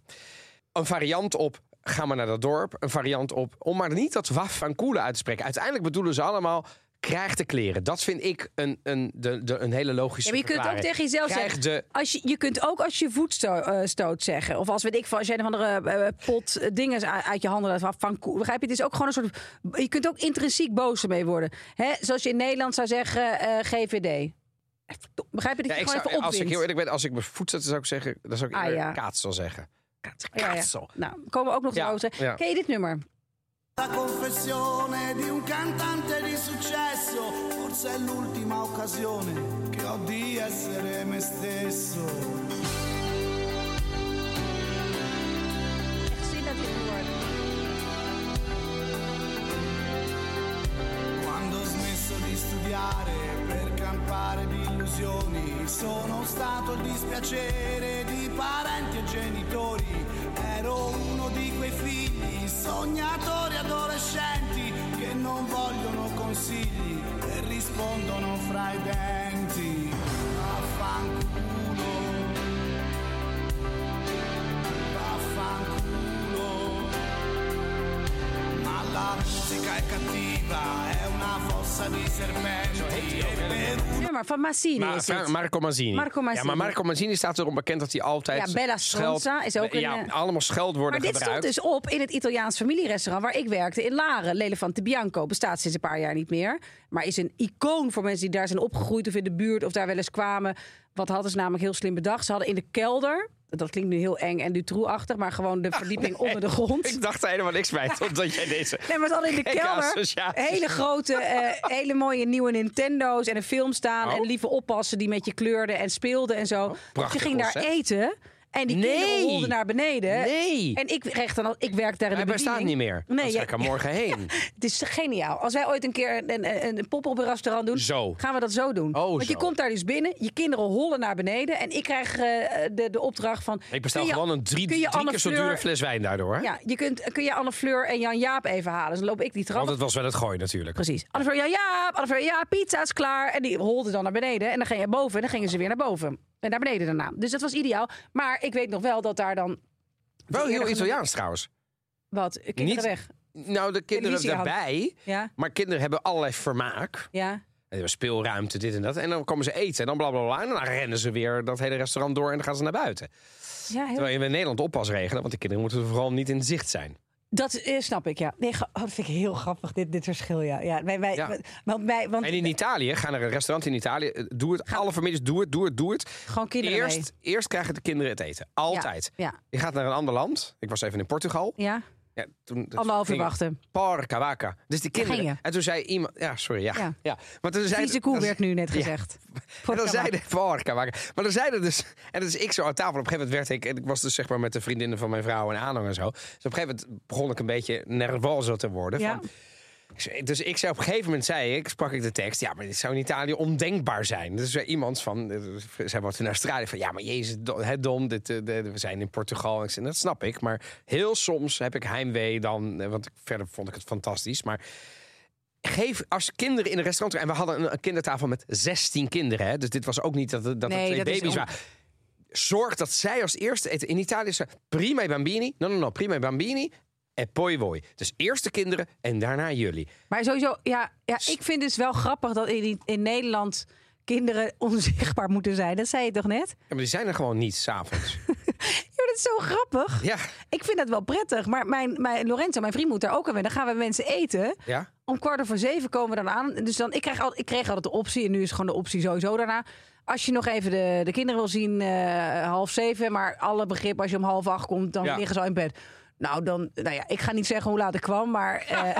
[SPEAKER 2] Een variant op ga maar naar dat dorp. Een variant op om maar niet dat waf van koelen uit te spreken. Uiteindelijk bedoelen ze allemaal krijg de kleren. Dat vind ik een, een, de, de, een hele logische
[SPEAKER 1] Ja, maar je kunt ook
[SPEAKER 2] verklaring.
[SPEAKER 1] tegen jezelf
[SPEAKER 2] Krijg
[SPEAKER 1] zeggen.
[SPEAKER 2] de-
[SPEAKER 1] Als je, je kunt ook als je voet sto- eh, stoot zeggen. Of als weet ik van als jij een of andere eh, pot eh, dingen uit uit je handen laat af- van koe- Begrijp je? Het is ook gewoon een soort. Je kunt ook intrinsiek boos ermee worden. Hè? Zoals je in Nederland zou zeggen, eh, GVD. Eh, Begrijp je dat
[SPEAKER 2] Ja,
[SPEAKER 1] je gewoon
[SPEAKER 2] ik zou-
[SPEAKER 1] even
[SPEAKER 2] als ik
[SPEAKER 1] opwint?
[SPEAKER 2] heel eerlijk ben, als ik mijn voet zet, zou ik zeggen, dan zou ik
[SPEAKER 1] Ah,
[SPEAKER 2] eerder
[SPEAKER 1] ja.
[SPEAKER 2] kaatsel zeggen.
[SPEAKER 1] Ja, ja.
[SPEAKER 2] Kaatsel.
[SPEAKER 1] Nou, komen we ook nog
[SPEAKER 2] Ja,
[SPEAKER 1] over.
[SPEAKER 2] ja.
[SPEAKER 1] Ken je dit nummer?
[SPEAKER 4] La confessione di un cantante di successo, forse è l'ultima occasione che ho di essere me stesso. Quando ho smesso di studiare per campare di illusioni, sono stato il dispiacere di parenti e genitori. Ero uno di quei figli, sognatori adolescenti, che non vogliono consigli e rispondono fra i denti. Vaffanculo. Vaffanculo. Ma la musica è cattiva, è una fossa di serpenti e per
[SPEAKER 1] Een nummer van Massini
[SPEAKER 2] Maar
[SPEAKER 1] is het.
[SPEAKER 2] Fra- Marco Mazini.
[SPEAKER 1] Marco Mazzini.
[SPEAKER 2] Ja, maar Marco Mazini staat erom bekend dat hij altijd...
[SPEAKER 1] Ja, Bella
[SPEAKER 2] scheld-
[SPEAKER 1] Stronza is ook
[SPEAKER 2] Ja,
[SPEAKER 1] een, eh,
[SPEAKER 2] allemaal scheldwoorden
[SPEAKER 1] Maar dit
[SPEAKER 2] gebruikt.
[SPEAKER 1] stond dus op in het Italiaans familierestaurant waar ik werkte in Laren. L'Elefante Bianco bestaat sinds een paar jaar niet meer. Maar is een icoon voor mensen die daar zijn opgegroeid of in de buurt of daar wel eens kwamen. Wat hadden ze namelijk heel slim bedacht? Ze hadden in de kelder, dat klinkt nu heel eng en Dutroux-achtig, maar gewoon de verdieping onder de grond.
[SPEAKER 2] Ik dacht er helemaal niks bij, totdat jij deze...
[SPEAKER 1] Nee, maar dan in de
[SPEAKER 2] Gekke
[SPEAKER 1] kelder
[SPEAKER 2] associatie.
[SPEAKER 1] hele grote, eh, hele mooie nieuwe Nintendo's en een film staan.
[SPEAKER 2] Oh.
[SPEAKER 1] En lieve oppassen die met je kleurden en speelden en zo. dus je
[SPEAKER 2] prachtig
[SPEAKER 1] ging daar
[SPEAKER 2] concept.
[SPEAKER 1] eten en die
[SPEAKER 2] Nee.
[SPEAKER 1] kinderen rolden naar beneden.
[SPEAKER 2] Nee.
[SPEAKER 1] En ik, kreeg dan, al- ik werk daar in de
[SPEAKER 2] Hij bestaat
[SPEAKER 1] bediening.
[SPEAKER 2] niet meer.
[SPEAKER 1] Nee,
[SPEAKER 2] Nee,
[SPEAKER 1] ja,
[SPEAKER 2] ga ik er morgen heen.
[SPEAKER 1] het is geniaal. Als wij ooit een keer een, een, een pop-up restaurant doen,
[SPEAKER 2] Zo.
[SPEAKER 1] gaan we dat zo doen.
[SPEAKER 2] Oh,
[SPEAKER 1] Want je
[SPEAKER 2] zo.
[SPEAKER 1] komt daar dus binnen, je kinderen hollen naar beneden. En ik krijg eh, de, de opdracht van...
[SPEAKER 2] Ik bestel
[SPEAKER 1] kun je-
[SPEAKER 2] gewoon een drie,
[SPEAKER 1] kun je
[SPEAKER 2] drie
[SPEAKER 1] Anne
[SPEAKER 2] keer zo
[SPEAKER 1] Fleur-
[SPEAKER 2] dure fles wijn daardoor. hè?
[SPEAKER 1] Ja, je kunt, kun je Anne Fleur en Jan Jaap even halen? Dus dan loop ik die trap
[SPEAKER 2] Want het was wel het gooien natuurlijk.
[SPEAKER 1] Precies. Annevrouw, ja, ja, Annevrouw, ja, pizza is klaar. En die holde dan naar beneden. En dan ging je boven. En dan gingen ze weer naar boven. En naar beneden daarna. Dus dat was ideaal. Maar ik weet nog wel dat daar dan
[SPEAKER 2] Wel
[SPEAKER 1] eerder
[SPEAKER 2] heel
[SPEAKER 1] genoemd.
[SPEAKER 2] Italiaans trouwens.
[SPEAKER 1] wat kinderen
[SPEAKER 2] Niet-
[SPEAKER 1] weg.
[SPEAKER 2] Nou, de kinderen
[SPEAKER 1] Televisie aan.
[SPEAKER 2] daarbij.
[SPEAKER 1] Ja,
[SPEAKER 2] Maar kinderen hebben allerlei vermaak.
[SPEAKER 1] ja.
[SPEAKER 2] En er was speelruimte, dit en dat. En dan komen ze eten en dan blablabla. En dan rennen ze weer dat hele restaurant door en dan gaan ze naar buiten.
[SPEAKER 1] ja heel...
[SPEAKER 2] Terwijl je in Nederland oppas regelen, want de kinderen moeten vooral niet in zicht zijn.
[SPEAKER 1] Dat eh, snap ik, ja. Nee, ge- oh, dat vind ik heel grappig, dit, dit verschil, ja. ja, wij, wij,
[SPEAKER 2] Ja.
[SPEAKER 1] Want, wij, want
[SPEAKER 2] En in Italië, ga naar een restaurant in Italië. eh, Doe het, alle families, doe het, doe het, doe het.
[SPEAKER 1] gewoon kinderen mee.
[SPEAKER 2] Eerst, eerst krijgen de kinderen het eten. Altijd.
[SPEAKER 1] Ja, ja.
[SPEAKER 2] Je gaat naar een ander land. Ik was even in Portugal.
[SPEAKER 1] ja.
[SPEAKER 2] Ja, toen, dat
[SPEAKER 1] Anderhalf uur
[SPEAKER 2] ging-
[SPEAKER 1] wachten.
[SPEAKER 2] Porca vaca. Dus die
[SPEAKER 1] Daar
[SPEAKER 2] kinderen.
[SPEAKER 1] ging je.
[SPEAKER 2] En toen zei iemand... Ja, sorry, ja.
[SPEAKER 1] Ja.
[SPEAKER 2] ja. Maar toen zei,
[SPEAKER 1] Vieze koe
[SPEAKER 2] dan-
[SPEAKER 1] werd nu net
[SPEAKER 2] Ja.
[SPEAKER 1] gezegd. Voor
[SPEAKER 2] en
[SPEAKER 1] de
[SPEAKER 2] dan
[SPEAKER 1] camera.
[SPEAKER 2] zeiden varka maken. Maar dan zeiden dus. En dus ik zo aan tafel. Op een gegeven moment werd ik. En ik was dus zeg maar met de vriendinnen van mijn vrouw en aanhang en zo. Dus op een gegeven moment begon ik een beetje nervoso te worden.
[SPEAKER 1] Ja.
[SPEAKER 2] Van, Dus ik zei op een gegeven moment, zei ik, sprak ik de tekst. Ja, maar dit zou in Italië ondenkbaar zijn. Dus zei iemand van, eh, zij wordt in Australië van, ja, maar jezus, do- hè, dom, dit, eh, de- we zijn in Portugal. Ik zei, dat snap ik, maar heel soms heb ik heimwee dan, eh, want ik- verder vond ik het fantastisch. Maar geef als kinderen in een restaurant, en we hadden een, een kindertafel met 16 kinderen, hè, dus dit was ook niet dat, dat er
[SPEAKER 1] Nee,
[SPEAKER 2] twee
[SPEAKER 1] dat is
[SPEAKER 2] baby's
[SPEAKER 1] on-
[SPEAKER 2] waren. Zorg dat zij als eerste eten. In Italië is er prima i bambini, no no no, prima i bambini e poi voi. Dus eerst de kinderen en daarna jullie.
[SPEAKER 1] Maar sowieso, ja, ja ik vind dus wel grappig dat in, in Nederland kinderen onzichtbaar moeten zijn. Dat zei je toch net?
[SPEAKER 2] Ja, maar die zijn er gewoon niet s'avonds.
[SPEAKER 1] Ja, dat is zo grappig.
[SPEAKER 2] ja.
[SPEAKER 1] Ik vind dat wel prettig. Maar mijn, mijn, Lorenzo, mijn vriend, moet daar ook aan wennen. Dan gaan we mensen eten.
[SPEAKER 2] ja.
[SPEAKER 1] Om kwart over zeven komen we dan aan. Dus dan, ik, krijg al, ik kreeg altijd de optie. En nu is gewoon de optie sowieso daarna. Als je nog even de, de kinderen wil zien, eh, half zeven. Maar alle begrip, als je om half acht komt, dan
[SPEAKER 2] Ja.
[SPEAKER 1] liggen ze al in bed. Nou, dan, nou ja, ik ga niet zeggen hoe laat ik kwam, maar... eh,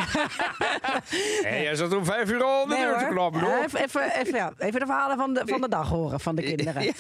[SPEAKER 2] Hé, jij zat om vijf uur al aan de
[SPEAKER 1] Nee,
[SPEAKER 2] deur te
[SPEAKER 1] hoor.
[SPEAKER 2] klappen, hoor.
[SPEAKER 1] Ja, even, even, even, ja, even de verhalen van de, van de dag horen van de kinderen.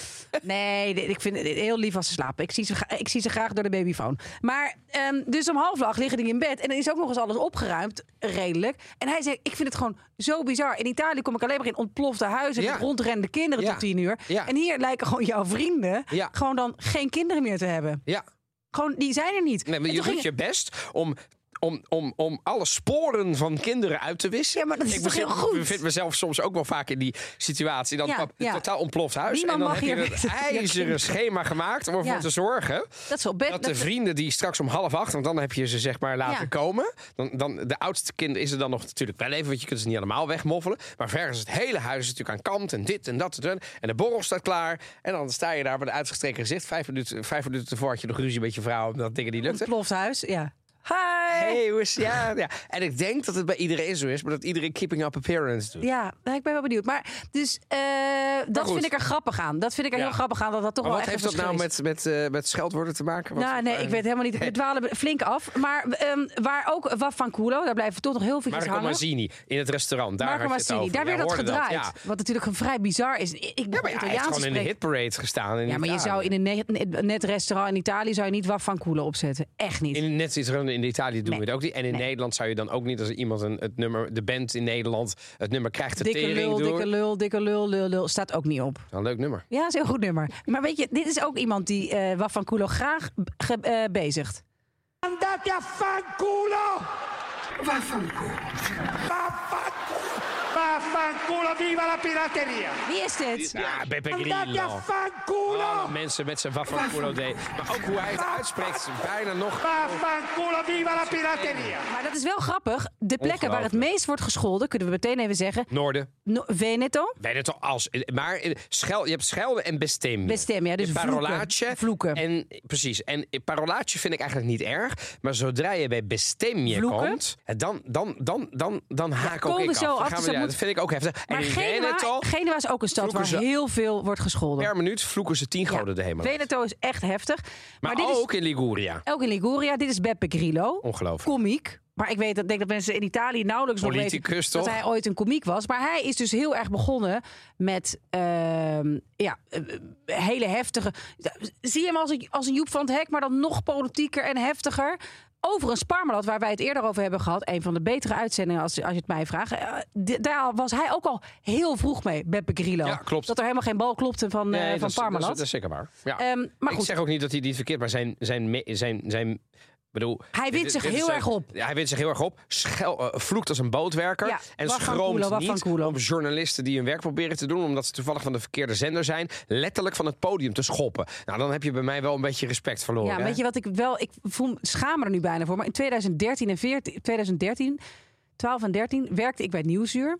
[SPEAKER 1] Nee, dit- ik vind het heel lief als ze slapen. Ik zie ze, gra- ik zie ze graag door de babyfoon. Maar ehm, dus om half acht liggen die in bed. En dan is ook nog eens alles opgeruimd, redelijk. En hij zegt, ik vind het gewoon zo bizar. In Italië kom ik alleen maar in ontplofte huizen...
[SPEAKER 2] Ja.
[SPEAKER 1] met rondrende kinderen
[SPEAKER 2] Ja.
[SPEAKER 1] tot tien uur.
[SPEAKER 2] Ja.
[SPEAKER 1] En hier lijken gewoon jouw vrienden...
[SPEAKER 2] Ja.
[SPEAKER 1] gewoon dan geen kinderen meer te hebben.
[SPEAKER 2] Ja.
[SPEAKER 1] Gewoon, die zijn er niet.
[SPEAKER 2] Nee, maar
[SPEAKER 1] En
[SPEAKER 2] je
[SPEAKER 1] toen
[SPEAKER 2] doet
[SPEAKER 1] ging-
[SPEAKER 2] je best om, om, om, om alle sporen van kinderen uit te wissen.
[SPEAKER 1] Ja, maar dat is
[SPEAKER 2] ik
[SPEAKER 1] toch heel goed?
[SPEAKER 2] Ik bevind mezelf soms ook wel vaak in die situatie. Dan
[SPEAKER 1] Ja,
[SPEAKER 2] pap,
[SPEAKER 1] ja.
[SPEAKER 2] totaal ontploft huis.
[SPEAKER 1] Niemand
[SPEAKER 2] en dan
[SPEAKER 1] mag
[SPEAKER 2] heb
[SPEAKER 1] hier
[SPEAKER 2] je
[SPEAKER 1] met-
[SPEAKER 2] een
[SPEAKER 1] Ja,
[SPEAKER 2] ijzeren
[SPEAKER 1] kinderen.
[SPEAKER 2] schema gemaakt om ervoor
[SPEAKER 1] Ja.
[SPEAKER 2] te zorgen...
[SPEAKER 1] Dat ze op bed...
[SPEAKER 2] Dat de vrienden die straks om half acht, want dan heb je ze zeg maar laten
[SPEAKER 1] Ja.
[SPEAKER 2] komen. Dan, dan, de oudste kind is er dan nog natuurlijk wel even, want je kunt ze niet allemaal wegmoffelen. Maar verder is het hele huis natuurlijk aan kant en dit en dat en dat. En de borrel staat klaar. En dan sta je daar met een uitgestreken gezicht. Vijf minuten, vijf minuten tevoren had je nog ruzie met je vrouw omdat dingen niet lukten.
[SPEAKER 1] Ontploft huis, ja. Hi!
[SPEAKER 2] Hey, hoe is ja, ja. En ik denk dat het bij iedereen zo is, maar dat iedereen keeping up appearance doet.
[SPEAKER 1] Ja, nou, ik ben wel benieuwd. Maar dus, eh, dat
[SPEAKER 2] goed.
[SPEAKER 1] vind ik er grappig aan. Dat vind ik er
[SPEAKER 2] Ja.
[SPEAKER 1] heel grappig aan. Dat dat toch
[SPEAKER 2] Maar
[SPEAKER 1] wel
[SPEAKER 2] wat
[SPEAKER 1] echt
[SPEAKER 2] heeft dat
[SPEAKER 1] een verschil
[SPEAKER 2] nou
[SPEAKER 1] is.
[SPEAKER 2] met, met, eh, met scheldwoorden te maken? Wat- eh,
[SPEAKER 1] Nou, nee, ik weet helemaal niet. We dwalen flink af. Maar ehm, waar ook Waf van Kulo, daar blijven we toch nog heel veel
[SPEAKER 2] Marco
[SPEAKER 1] hangen.
[SPEAKER 2] Mazzini in het restaurant. Daar
[SPEAKER 1] Marco
[SPEAKER 2] had je het
[SPEAKER 1] Mazzini,
[SPEAKER 2] over.
[SPEAKER 1] daar
[SPEAKER 2] Ja,
[SPEAKER 1] werd dat
[SPEAKER 2] hoorde
[SPEAKER 1] gedraaid.
[SPEAKER 2] ja.
[SPEAKER 1] Wat natuurlijk een vrij bizar is. Ik ik
[SPEAKER 2] Ja,
[SPEAKER 1] bedoel,
[SPEAKER 2] maar ja, hij heeft
[SPEAKER 1] Italiaans
[SPEAKER 2] gewoon in de
[SPEAKER 1] spreken.
[SPEAKER 2] hitparade gestaan. In
[SPEAKER 1] Ja, maar je zou in een net, net restaurant in Italië zou je niet Waf van Kulo opzetten. Echt niet.
[SPEAKER 2] In, net iets in Italië doen
[SPEAKER 1] Nee.
[SPEAKER 2] we het ook niet. En in
[SPEAKER 1] Nee.
[SPEAKER 2] Nederland zou je dan ook niet als iemand een, het nummer, de band in Nederland, het nummer krijgt de
[SPEAKER 1] Dikke
[SPEAKER 2] tering
[SPEAKER 1] lul,
[SPEAKER 2] doen.
[SPEAKER 1] dikke lul, dikke lul, lul, lul. Staat ook niet op.
[SPEAKER 2] Een leuk nummer.
[SPEAKER 1] Ja, is een heel goed nummer. Maar weet je, dit is ook iemand die eh Waf van Kulo graag b- ge- eh, bezigt.
[SPEAKER 5] Andate a fanculo! Vaffanculo! Vaffanculo, viva la pirateria!
[SPEAKER 1] Wie is dit?
[SPEAKER 2] Ja, Beppe
[SPEAKER 5] Andate a
[SPEAKER 2] Grillo. Alle
[SPEAKER 5] fanculo!
[SPEAKER 2] mensen met zijn Waffanculo deed. Maar ook hoe hij het uitspreekt, bijna nog...
[SPEAKER 5] Vaffanculo, viva la pirateria!
[SPEAKER 1] Maar dat is wel grappig. De plekken waar het
[SPEAKER 2] Ongelooflijk.
[SPEAKER 1] meest wordt gescholden, kunnen we meteen even zeggen.
[SPEAKER 2] Noorden.
[SPEAKER 1] No- Veneto,
[SPEAKER 2] Weet het al als. Maar in- schel, je hebt schelden en bestemming.
[SPEAKER 1] Bestemming, ja, dus
[SPEAKER 2] parolage.
[SPEAKER 1] vloeken. Vloeken.
[SPEAKER 2] En, precies. En parolage vind ik eigenlijk niet erg. Maar zodra je bij bestemming
[SPEAKER 1] Vloeken.
[SPEAKER 2] komt, eh, dan, dan, dan, dan, dan haak ook
[SPEAKER 1] komen
[SPEAKER 2] ik
[SPEAKER 1] zo
[SPEAKER 2] af. Dan
[SPEAKER 1] achter,
[SPEAKER 2] gaan
[SPEAKER 1] dat
[SPEAKER 2] we- ja,
[SPEAKER 1] moet-
[SPEAKER 2] Dat vind ik ook heftig.
[SPEAKER 1] maar
[SPEAKER 2] en in
[SPEAKER 1] Genua,
[SPEAKER 2] Veneto,
[SPEAKER 1] Genua is ook een stad waar
[SPEAKER 2] vloeken ze-
[SPEAKER 1] heel veel wordt gescholden.
[SPEAKER 2] per minuut vloeken ze tien goden de hemel. uit.
[SPEAKER 1] Veneto is echt heftig.
[SPEAKER 2] Maar,
[SPEAKER 1] Maar, dit
[SPEAKER 2] ook in Liguria.
[SPEAKER 1] is ook in Liguria. Dit is Beppe Grillo.
[SPEAKER 2] Ongelooflijk.
[SPEAKER 1] Komiek. Maar ik weet dat, denk dat mensen in Italië nauwelijks nog weten
[SPEAKER 2] Politicus,
[SPEAKER 1] dat
[SPEAKER 2] toch?
[SPEAKER 1] hij ooit een komiek was. Maar hij is dus heel erg begonnen met ehm, ja, eh, hele heftige... Zie hem als een, als een Joep van het Hek, maar dan nog politieker en heftiger. Over een Sparmelat, waar wij het eerder over hebben gehad. Een van de betere uitzendingen, als, als je het mij vraagt. Eh, d- daar was hij ook al heel vroeg mee, Beppe Grillo.
[SPEAKER 2] Ja, klopt.
[SPEAKER 1] Dat er helemaal geen bal klopte van, eh,
[SPEAKER 2] Nee, dat
[SPEAKER 1] van
[SPEAKER 2] is- dat is-
[SPEAKER 1] Parmalat.
[SPEAKER 2] Dat is zeker waar. Ja.
[SPEAKER 1] Ehm, maar
[SPEAKER 2] Ik
[SPEAKER 1] goed,
[SPEAKER 2] zeg ook niet dat hij niet verkeerd, maar zijn. zijn, me- zijn, zijn bedoel,
[SPEAKER 1] Hij wint
[SPEAKER 2] dit-
[SPEAKER 1] zich
[SPEAKER 2] dit is
[SPEAKER 1] heel
[SPEAKER 2] zijn-
[SPEAKER 1] erg op.
[SPEAKER 2] Ja, Hij wint zich heel erg op. Schel, eh, vloekt als een bootwerker.
[SPEAKER 1] Ja,
[SPEAKER 2] en
[SPEAKER 1] Waf van Kulo,
[SPEAKER 2] schroomt
[SPEAKER 1] Waf van
[SPEAKER 2] niet
[SPEAKER 1] Kulo.
[SPEAKER 2] om journalisten die hun werk proberen te doen. omdat ze toevallig van de verkeerde zender zijn. letterlijk van het podium te schoppen. Nou, dan heb je bij mij wel een beetje respect verloren.
[SPEAKER 1] Ja,
[SPEAKER 2] hè?
[SPEAKER 1] weet je wat ik wel... Ik voel, me- schaam me er nu bijna voor. Maar in 2013 en 14, 2013, 12 en 13 werkte ik bij Nieuwsuur.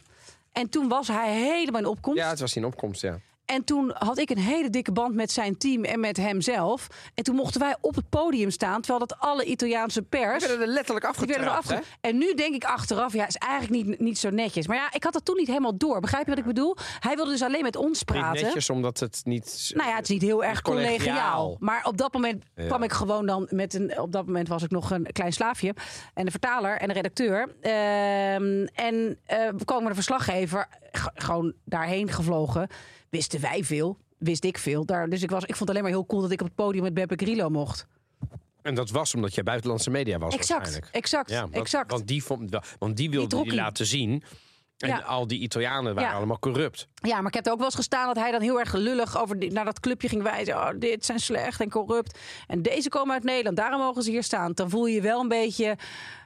[SPEAKER 1] En toen was hij helemaal in opkomst.
[SPEAKER 2] Ja, het was in opkomst, ja.
[SPEAKER 1] En toen had ik een hele dikke band met zijn team en met hemzelf. En toen mochten wij op het podium staan, terwijl dat alle Italiaanse pers...
[SPEAKER 2] Ze werden er letterlijk
[SPEAKER 1] Die werden er
[SPEAKER 2] afgetrapt.
[SPEAKER 1] afge- En nu denk ik achteraf, ja, is eigenlijk niet, niet zo netjes. Maar ja, ik had dat toen niet helemaal door. Begrijp je wat ik bedoel? Hij wilde dus alleen met ons
[SPEAKER 2] hè? Niet
[SPEAKER 1] praten.
[SPEAKER 2] netjes, omdat het niet...
[SPEAKER 1] Nou ja, het is niet heel erg collegiaal.
[SPEAKER 2] collegiaal.
[SPEAKER 1] Maar op dat moment
[SPEAKER 2] Ja.
[SPEAKER 1] kwam ik gewoon dan met een. Op dat moment was ik nog een klein slaafje. En de vertaler en de redacteur. Ehm, en eh kwam er een verslaggever g- gewoon daarheen gevlogen. Wisten wij veel. Wist ik veel. Daar, dus ik, was, ik vond het alleen maar heel cool dat ik op het podium met Beppe Grillo mocht.
[SPEAKER 2] En dat was omdat je buitenlandse media was
[SPEAKER 1] Exact,
[SPEAKER 2] waarschijnlijk.
[SPEAKER 1] exact,
[SPEAKER 2] Ja, want,
[SPEAKER 1] exact.
[SPEAKER 2] Want die, vond, wel- want die wilde die
[SPEAKER 1] trok hij.
[SPEAKER 2] laten zien. En
[SPEAKER 1] Ja.
[SPEAKER 2] al die Italianen waren
[SPEAKER 1] Ja.
[SPEAKER 2] allemaal corrupt.
[SPEAKER 1] Ja, maar ik heb er ook wel eens gestaan dat hij dan heel erg lullig over die- naar dat clubje ging wijzen. Oh, dit zijn slecht en corrupt. En deze komen uit Nederland, daarom mogen ze hier staan. Dan voel je je wel een beetje.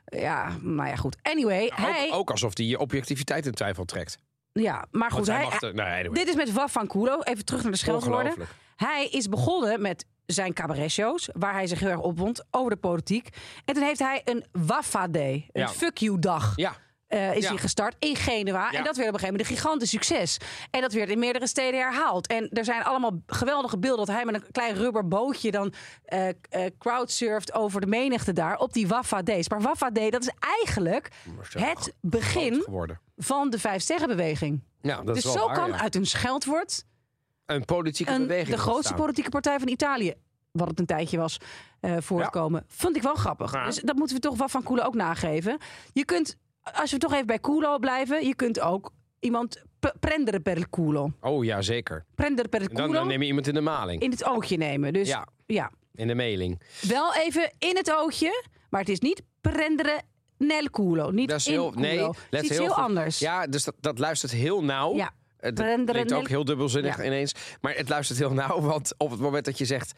[SPEAKER 1] Ja, nou ja, goed. Anyway, hij.
[SPEAKER 2] Ook, ook alsof hij je objectiviteit in twijfel trekt.
[SPEAKER 1] Ja, maar goed.
[SPEAKER 2] Want hij
[SPEAKER 1] Hij,
[SPEAKER 2] mag er- nou, anyway.
[SPEAKER 1] Dit is met Waf van Kulo. Even terug naar de scheldwoorden.
[SPEAKER 2] Ongelooflijk.
[SPEAKER 1] Hij is begonnen met zijn cabaret-shows, waar hij zich heel erg opwond over de politiek. En toen heeft hij een Wafa-day, een
[SPEAKER 2] Ja.
[SPEAKER 1] fuck you-dag.
[SPEAKER 2] Ja,
[SPEAKER 1] eh, is
[SPEAKER 2] Ja.
[SPEAKER 1] hij gestart in Genua.
[SPEAKER 2] Ja.
[SPEAKER 1] En dat werd op een gegeven moment een gigantisch succes. En dat werd in meerdere steden herhaald. En er zijn allemaal geweldige beelden dat hij met een klein rubber bootje dan eh eh, crowdsurft over de menigte daar op die Waffa Days. Maar Waffa Day, dat is eigenlijk het begin
[SPEAKER 2] geworden.
[SPEAKER 1] van de Vijf Sterrenbeweging.
[SPEAKER 2] Ja, dat is
[SPEAKER 1] dus
[SPEAKER 2] wel
[SPEAKER 1] zo
[SPEAKER 2] waar,
[SPEAKER 1] kan
[SPEAKER 2] ja.
[SPEAKER 1] uit een scheldwoord
[SPEAKER 2] een politieke
[SPEAKER 1] een,
[SPEAKER 2] beweging
[SPEAKER 1] de grootste
[SPEAKER 2] ontstaan.
[SPEAKER 1] politieke partij van Italië, wat het een tijdje was, eh, voortkomen. Vond ik wel grappig.
[SPEAKER 2] Ja.
[SPEAKER 1] Dus dat moeten we toch wel van Koelo ook nageven. Je kunt, als we toch even bij Koelo blijven, je kunt ook iemand p- prendere per il culo.
[SPEAKER 2] Oh ja, zeker.
[SPEAKER 1] Prendere per il
[SPEAKER 2] En dan,
[SPEAKER 1] culo
[SPEAKER 2] dan neem je iemand in de maling.
[SPEAKER 1] in het oogje nemen. Dus ja.
[SPEAKER 2] Ja. In de mailing.
[SPEAKER 1] wel even in het oogje, maar het is niet prendere nel culo. Niet
[SPEAKER 2] Dat is
[SPEAKER 1] in
[SPEAKER 2] heel,
[SPEAKER 1] culo.
[SPEAKER 2] nee,
[SPEAKER 1] Het is
[SPEAKER 2] let
[SPEAKER 1] iets
[SPEAKER 2] heel
[SPEAKER 1] heel
[SPEAKER 2] goed.
[SPEAKER 1] anders.
[SPEAKER 2] Ja, dus dat, dat luistert heel nauw.
[SPEAKER 1] Ja.
[SPEAKER 2] Het
[SPEAKER 1] Prendere
[SPEAKER 2] klinkt ook
[SPEAKER 1] nel-
[SPEAKER 2] heel dubbelzinnig
[SPEAKER 1] Ja.
[SPEAKER 2] ineens. Maar het luistert heel nauw, want op het moment dat je zegt...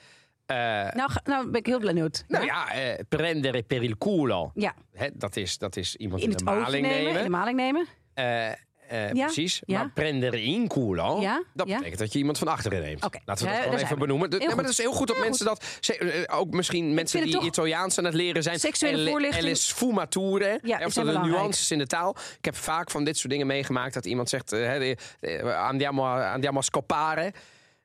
[SPEAKER 2] eh,
[SPEAKER 1] Nou, ga- nou ben ik heel benieuwd.
[SPEAKER 2] nou
[SPEAKER 1] ja.
[SPEAKER 2] ja, eh, prendere per il culo.
[SPEAKER 1] Ja.
[SPEAKER 2] Hè, dat, is, dat is iemand
[SPEAKER 1] in het
[SPEAKER 2] de
[SPEAKER 1] oogje
[SPEAKER 2] maling
[SPEAKER 1] nemen,
[SPEAKER 2] nemen.
[SPEAKER 1] in de maling nemen.
[SPEAKER 2] Eh, eh,
[SPEAKER 1] Ja,
[SPEAKER 2] Precies.
[SPEAKER 1] ja.
[SPEAKER 2] Maar prendere in culo,
[SPEAKER 1] Ja,
[SPEAKER 2] dat
[SPEAKER 1] ja.
[SPEAKER 2] betekent dat je iemand van achteren neemt.
[SPEAKER 1] Oké,
[SPEAKER 2] Laten we
[SPEAKER 1] ja,
[SPEAKER 2] dat
[SPEAKER 1] daar
[SPEAKER 2] gewoon
[SPEAKER 1] zijn
[SPEAKER 2] even
[SPEAKER 1] we.
[SPEAKER 2] benoemen.
[SPEAKER 1] Heel
[SPEAKER 2] Nee, maar
[SPEAKER 1] goed.
[SPEAKER 2] dat is heel goed dat
[SPEAKER 1] Heel
[SPEAKER 2] mensen dat... ze- eh, ook misschien mensen
[SPEAKER 1] vind het
[SPEAKER 2] die
[SPEAKER 1] toch-
[SPEAKER 2] Italiaans aan het leren zijn.
[SPEAKER 1] Seksuele
[SPEAKER 2] Elle-
[SPEAKER 1] voorlichting-
[SPEAKER 2] Elle sfumature.
[SPEAKER 1] Ja,
[SPEAKER 2] hè, of
[SPEAKER 1] is heel
[SPEAKER 2] dat er
[SPEAKER 1] belangrijk.
[SPEAKER 2] nuances in de taal. Ik heb vaak van dit soort dingen meegemaakt dat iemand zegt... eh, hè, eh, andiamo, andiamo a scopare.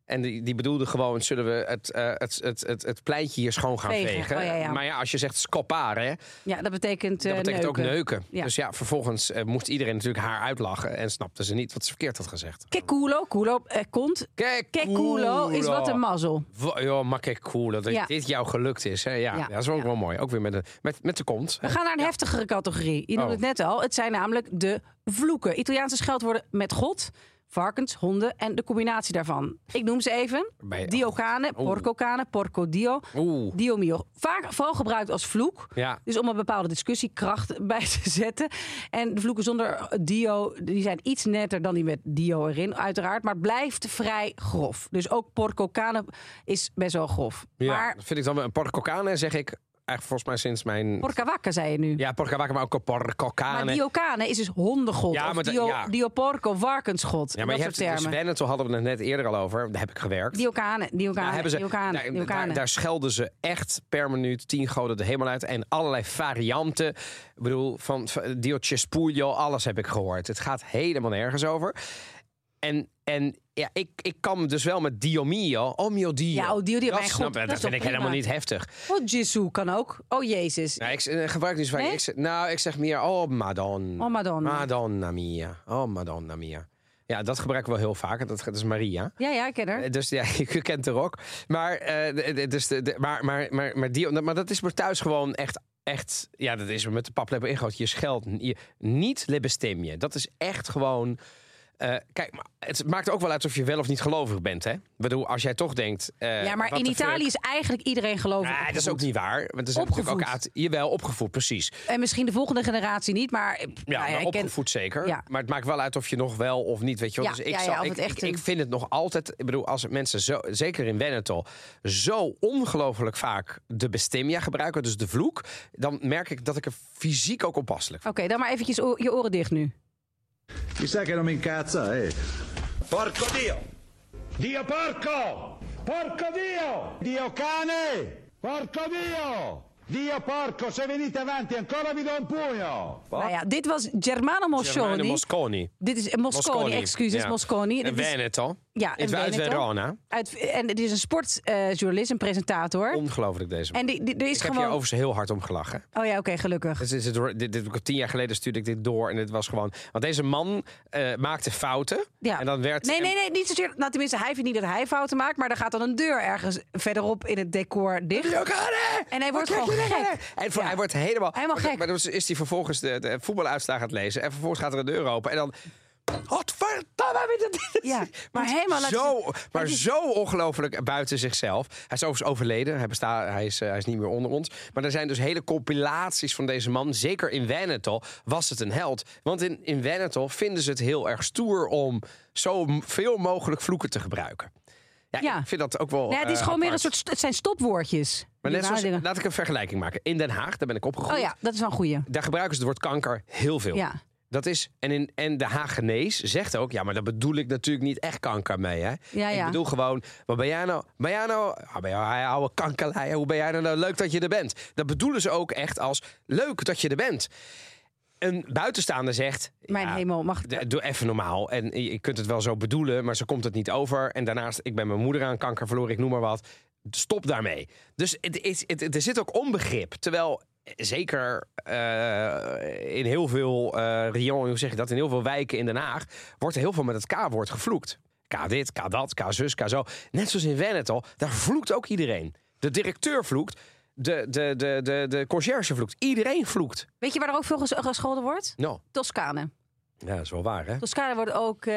[SPEAKER 2] En die, die bedoelde gewoon, zullen we het, eh, het, het, het, het pleintje hier schoon gaan
[SPEAKER 1] Vegen.
[SPEAKER 2] vegen?
[SPEAKER 1] Oh, ja, ja.
[SPEAKER 2] Maar ja, als je zegt scopare,
[SPEAKER 1] Ja, dat betekent, eh,
[SPEAKER 2] dat betekent ook neuken.
[SPEAKER 1] Ja.
[SPEAKER 2] Dus ja, vervolgens eh, moest iedereen natuurlijk haar uitlachen en snapte ze niet wat ze verkeerd had gezegd.
[SPEAKER 1] Che culo, culo, eh, kont.
[SPEAKER 2] Che
[SPEAKER 1] Che culo is wat een mazzel.
[SPEAKER 2] Wa- joh, maar kijk, cool dat
[SPEAKER 1] Ja.
[SPEAKER 2] dit jou gelukt is. Hè? Ja,
[SPEAKER 1] Ja.
[SPEAKER 2] dat is ook
[SPEAKER 1] Ja.
[SPEAKER 2] wel mooi. Ook weer met de, met, met de kont.
[SPEAKER 1] We
[SPEAKER 2] hè.
[SPEAKER 1] gaan naar een heftigere categorie. Je noemde
[SPEAKER 2] Oh.
[SPEAKER 1] het net al. Het zijn namelijk de vloeken. Italiaanse scheldwoorden met God, varkens, honden en de combinatie daarvan. Ik noem ze even.
[SPEAKER 2] Bij-
[SPEAKER 1] Diocane,
[SPEAKER 2] Oeh.
[SPEAKER 1] porco cane, porco dio,
[SPEAKER 2] Oeh.
[SPEAKER 1] dio mio. Vaak vooral gebruikt als vloek.
[SPEAKER 2] Ja.
[SPEAKER 1] Dus om een bepaalde discussiekracht bij te zetten. En de vloeken zonder dio, die zijn iets netter dan die met dio erin, uiteraard. Maar het blijft vrij grof. Dus ook porco cane is best wel grof.
[SPEAKER 2] Ja,
[SPEAKER 1] Maar
[SPEAKER 2] dat vind ik dan wel een porco cane, zeg ik. Eigenlijk volgens mij sinds mijn...
[SPEAKER 1] porca vacca zei je nu.
[SPEAKER 2] ja, porca vacca, maar ook een porco cane.
[SPEAKER 1] Maar diokane is dus hondengod.
[SPEAKER 2] Ja,
[SPEAKER 1] of
[SPEAKER 2] maar dat-
[SPEAKER 1] dio,
[SPEAKER 2] ja.
[SPEAKER 1] dioporco, varkensgod.
[SPEAKER 2] ja, maar je
[SPEAKER 1] dat
[SPEAKER 2] hebt
[SPEAKER 1] soort
[SPEAKER 2] dus
[SPEAKER 1] termen.
[SPEAKER 2] Veneto hadden we het net eerder al over. Daar heb ik gewerkt.
[SPEAKER 1] Diokane, diokane,
[SPEAKER 2] Daar, Nou, hebben ze,
[SPEAKER 1] diokane,
[SPEAKER 2] daar,
[SPEAKER 1] diokane.
[SPEAKER 2] daar, daar schelden ze echt per minuut tien goden de hemel uit. En allerlei varianten. Ik bedoel, van van Diotje Spoelio, alles heb ik gehoord. Het gaat helemaal nergens over. En, en ja, ik, ik kan dus wel met Dio mio, oh mio Dio.
[SPEAKER 1] Ja, oh, Dio Dio,
[SPEAKER 2] dat
[SPEAKER 1] mijn
[SPEAKER 2] snap
[SPEAKER 1] god,
[SPEAKER 2] ik,
[SPEAKER 1] dat
[SPEAKER 2] dat
[SPEAKER 1] is
[SPEAKER 2] vind
[SPEAKER 1] toch
[SPEAKER 2] ik helemaal
[SPEAKER 1] prima.
[SPEAKER 2] niet heftig.
[SPEAKER 1] Oh, Jezus kan ook. Oh, Jezus.
[SPEAKER 2] Nou, ik eh, gebruik niet zo vaak.
[SPEAKER 1] Nee?
[SPEAKER 2] Ik zeg, nou, ik zeg meer, oh Madonna.
[SPEAKER 1] Oh, Madonna.
[SPEAKER 2] Madonna mia, oh Madonna mia. Ja, dat gebruik ik wel heel vaak. Dat, dat is Maria.
[SPEAKER 1] Ja, ja, ik ken haar.
[SPEAKER 2] Eh, Dus ja, je kent de rock. Maar, eh, de- de- dus de, de- maar, maar, maar, maar, die, maar dat is maar thuis gewoon echt. echt ja, dat is met de paplepel ingehouden. Je scheldt n- je, niet le bestemmie. Dat is echt gewoon. eh, kijk, maar het maakt ook wel uit of je wel of niet gelovig bent. Hè? Ik bedoel, als jij toch denkt. eh,
[SPEAKER 1] ja, maar
[SPEAKER 2] what
[SPEAKER 1] in
[SPEAKER 2] the fuck.
[SPEAKER 1] Italië is eigenlijk iedereen gelovig.
[SPEAKER 2] Nee, dat is ook niet waar. Want er zijn natuurlijk ook
[SPEAKER 1] Opgevoed.
[SPEAKER 2] uit. Jawel, opgevoed, precies.
[SPEAKER 1] En misschien de volgende generatie niet, maar... eh,
[SPEAKER 2] Ja,
[SPEAKER 1] nou
[SPEAKER 2] maar
[SPEAKER 1] ik ken-
[SPEAKER 2] opgevoed zeker.
[SPEAKER 1] Ja.
[SPEAKER 2] Maar het maakt wel uit of je nog wel of niet. Weet je wel.
[SPEAKER 1] Ja,
[SPEAKER 2] dus ik,
[SPEAKER 1] ja, ja,
[SPEAKER 2] zal,
[SPEAKER 1] of
[SPEAKER 2] ik,
[SPEAKER 1] het echt
[SPEAKER 2] ik,
[SPEAKER 1] een-
[SPEAKER 2] ik vind het nog altijd. Ik bedoel, als mensen zo, zeker in Veneto, zo ongelooflijk vaak de bestemia gebruiken, dus de vloek, dan merk ik dat ik er fysiek ook oppasselijk
[SPEAKER 1] Oké, dan maar eventjes o- je oren dicht nu.
[SPEAKER 6] Mi sa che non mi incazza, eh.
[SPEAKER 3] Porco Dio!
[SPEAKER 5] Dio porco! Porco Dio!
[SPEAKER 6] Dio cane! Porco Dio! Dio porco, se venite avanti ancora vi do un pugno!
[SPEAKER 1] Nou ja, dit was Germano
[SPEAKER 2] van.
[SPEAKER 1] Mosconi.
[SPEAKER 2] Germano Mosconi.
[SPEAKER 1] Dit is eh, Mosconi, excuses,
[SPEAKER 2] ja.
[SPEAKER 1] Mosconi.
[SPEAKER 2] En
[SPEAKER 1] Dit is-
[SPEAKER 2] Veneto.
[SPEAKER 1] ja,
[SPEAKER 2] Het
[SPEAKER 1] en
[SPEAKER 2] was uit
[SPEAKER 1] Veneto.
[SPEAKER 2] Verona.
[SPEAKER 1] Uit- en het is een sportjournalist, een presentator.
[SPEAKER 2] Ongelooflijk deze man.
[SPEAKER 1] en die, die- er is
[SPEAKER 2] ik heb
[SPEAKER 1] gewoon...
[SPEAKER 2] hier overigens heel hard om gelachen.
[SPEAKER 1] Oh ja, oké, gelukkig.
[SPEAKER 2] Dus dit, is het- dit, dit, tien jaar geleden stuurde ik dit door en het was gewoon... Want deze man eh, maakte fouten.
[SPEAKER 1] Ja.
[SPEAKER 2] En dan werd...
[SPEAKER 1] Nee,
[SPEAKER 2] en-
[SPEAKER 1] nee, nee, niet zozeer. Nou, tenminste, hij vindt niet dat hij fouten maakt, maar er gaat dan een deur ergens verderop in het decor dicht.
[SPEAKER 2] Jokane!
[SPEAKER 1] En hij wordt
[SPEAKER 2] Wat
[SPEAKER 1] gewoon
[SPEAKER 2] kijk je daar?
[SPEAKER 1] gek.
[SPEAKER 2] En voor,
[SPEAKER 1] Ja.
[SPEAKER 2] hij wordt helemaal,
[SPEAKER 1] Helemaal
[SPEAKER 2] maar-
[SPEAKER 1] gek.
[SPEAKER 2] Maar dan is hij vervolgens de, de voetbaluitslagen aan het lezen. En vervolgens gaat er een deur open. En dan... Godverdamme
[SPEAKER 1] maar dat
[SPEAKER 2] Ja,
[SPEAKER 1] ja, maar helemaal laten
[SPEAKER 2] zo,
[SPEAKER 1] zien-
[SPEAKER 2] maar zo ongelooflijk buiten zichzelf. Hij is overigens overleden. Hij, bestaat, hij, is, eh, hij is niet meer onder ons. Maar er zijn dus hele compilaties van deze man. Zeker in Wennetal was het een held. Want in, in Wennetal vinden ze het heel erg stoer om zo m- veel mogelijk vloeken te gebruiken. Ja,
[SPEAKER 1] Ja.
[SPEAKER 2] ik vind dat ook wel.
[SPEAKER 1] Nee, het is
[SPEAKER 2] eh,
[SPEAKER 1] gewoon meer een
[SPEAKER 2] apart.
[SPEAKER 1] soort. st- Het zijn stopwoordjes. Die
[SPEAKER 2] Maar net zoals, nou,
[SPEAKER 1] rare dingen.
[SPEAKER 2] laat ik een vergelijking maken. In Den Haag, daar ben ik opgegroeid.
[SPEAKER 1] Oh ja, dat is wel een goeie.
[SPEAKER 2] Daar gebruiken ze het woord kanker heel veel.
[SPEAKER 1] Ja.
[SPEAKER 2] Dat is, en, in, en de Hagenees zegt ook, ja, maar daar bedoel ik natuurlijk niet echt kanker mee. Hè?
[SPEAKER 1] Ja,
[SPEAKER 2] Ik
[SPEAKER 1] ja.
[SPEAKER 2] bedoel gewoon, wat ben jij nou? Ben jij nou, ah, ben jij, oude kankerlei, hoe ben jij nou, nou leuk dat je er bent? Dat bedoelen ze ook echt als leuk dat je er bent. Een buitenstaander zegt,
[SPEAKER 1] Mijn
[SPEAKER 2] ja,
[SPEAKER 1] hemel, mag
[SPEAKER 2] d- doe even normaal. En je je kunt het wel zo bedoelen, maar ze komt het niet over. En daarnaast, ik ben mijn moeder aan kanker verloren, ik noem maar wat. Stop daarmee. Dus het, is- het, het- er zit ook onbegrip. Terwijl eh, zeker eh, in heel veel eh rion, hoe zeg je dat, in heel veel wijken in Den Haag, wordt er heel veel met het K-woord gevloekt. K dit, K dat, K zus, K zo. Net zoals in Wennetal, daar vloekt ook iedereen. De directeur vloekt, de, de, de, de, de conciërge vloekt, iedereen vloekt.
[SPEAKER 1] Weet je waar er ook veel ges- gescholden wordt?
[SPEAKER 2] Nou,
[SPEAKER 1] Toscane.
[SPEAKER 2] ja, dat is wel waar, hè?
[SPEAKER 1] Toscane wordt ook. eh,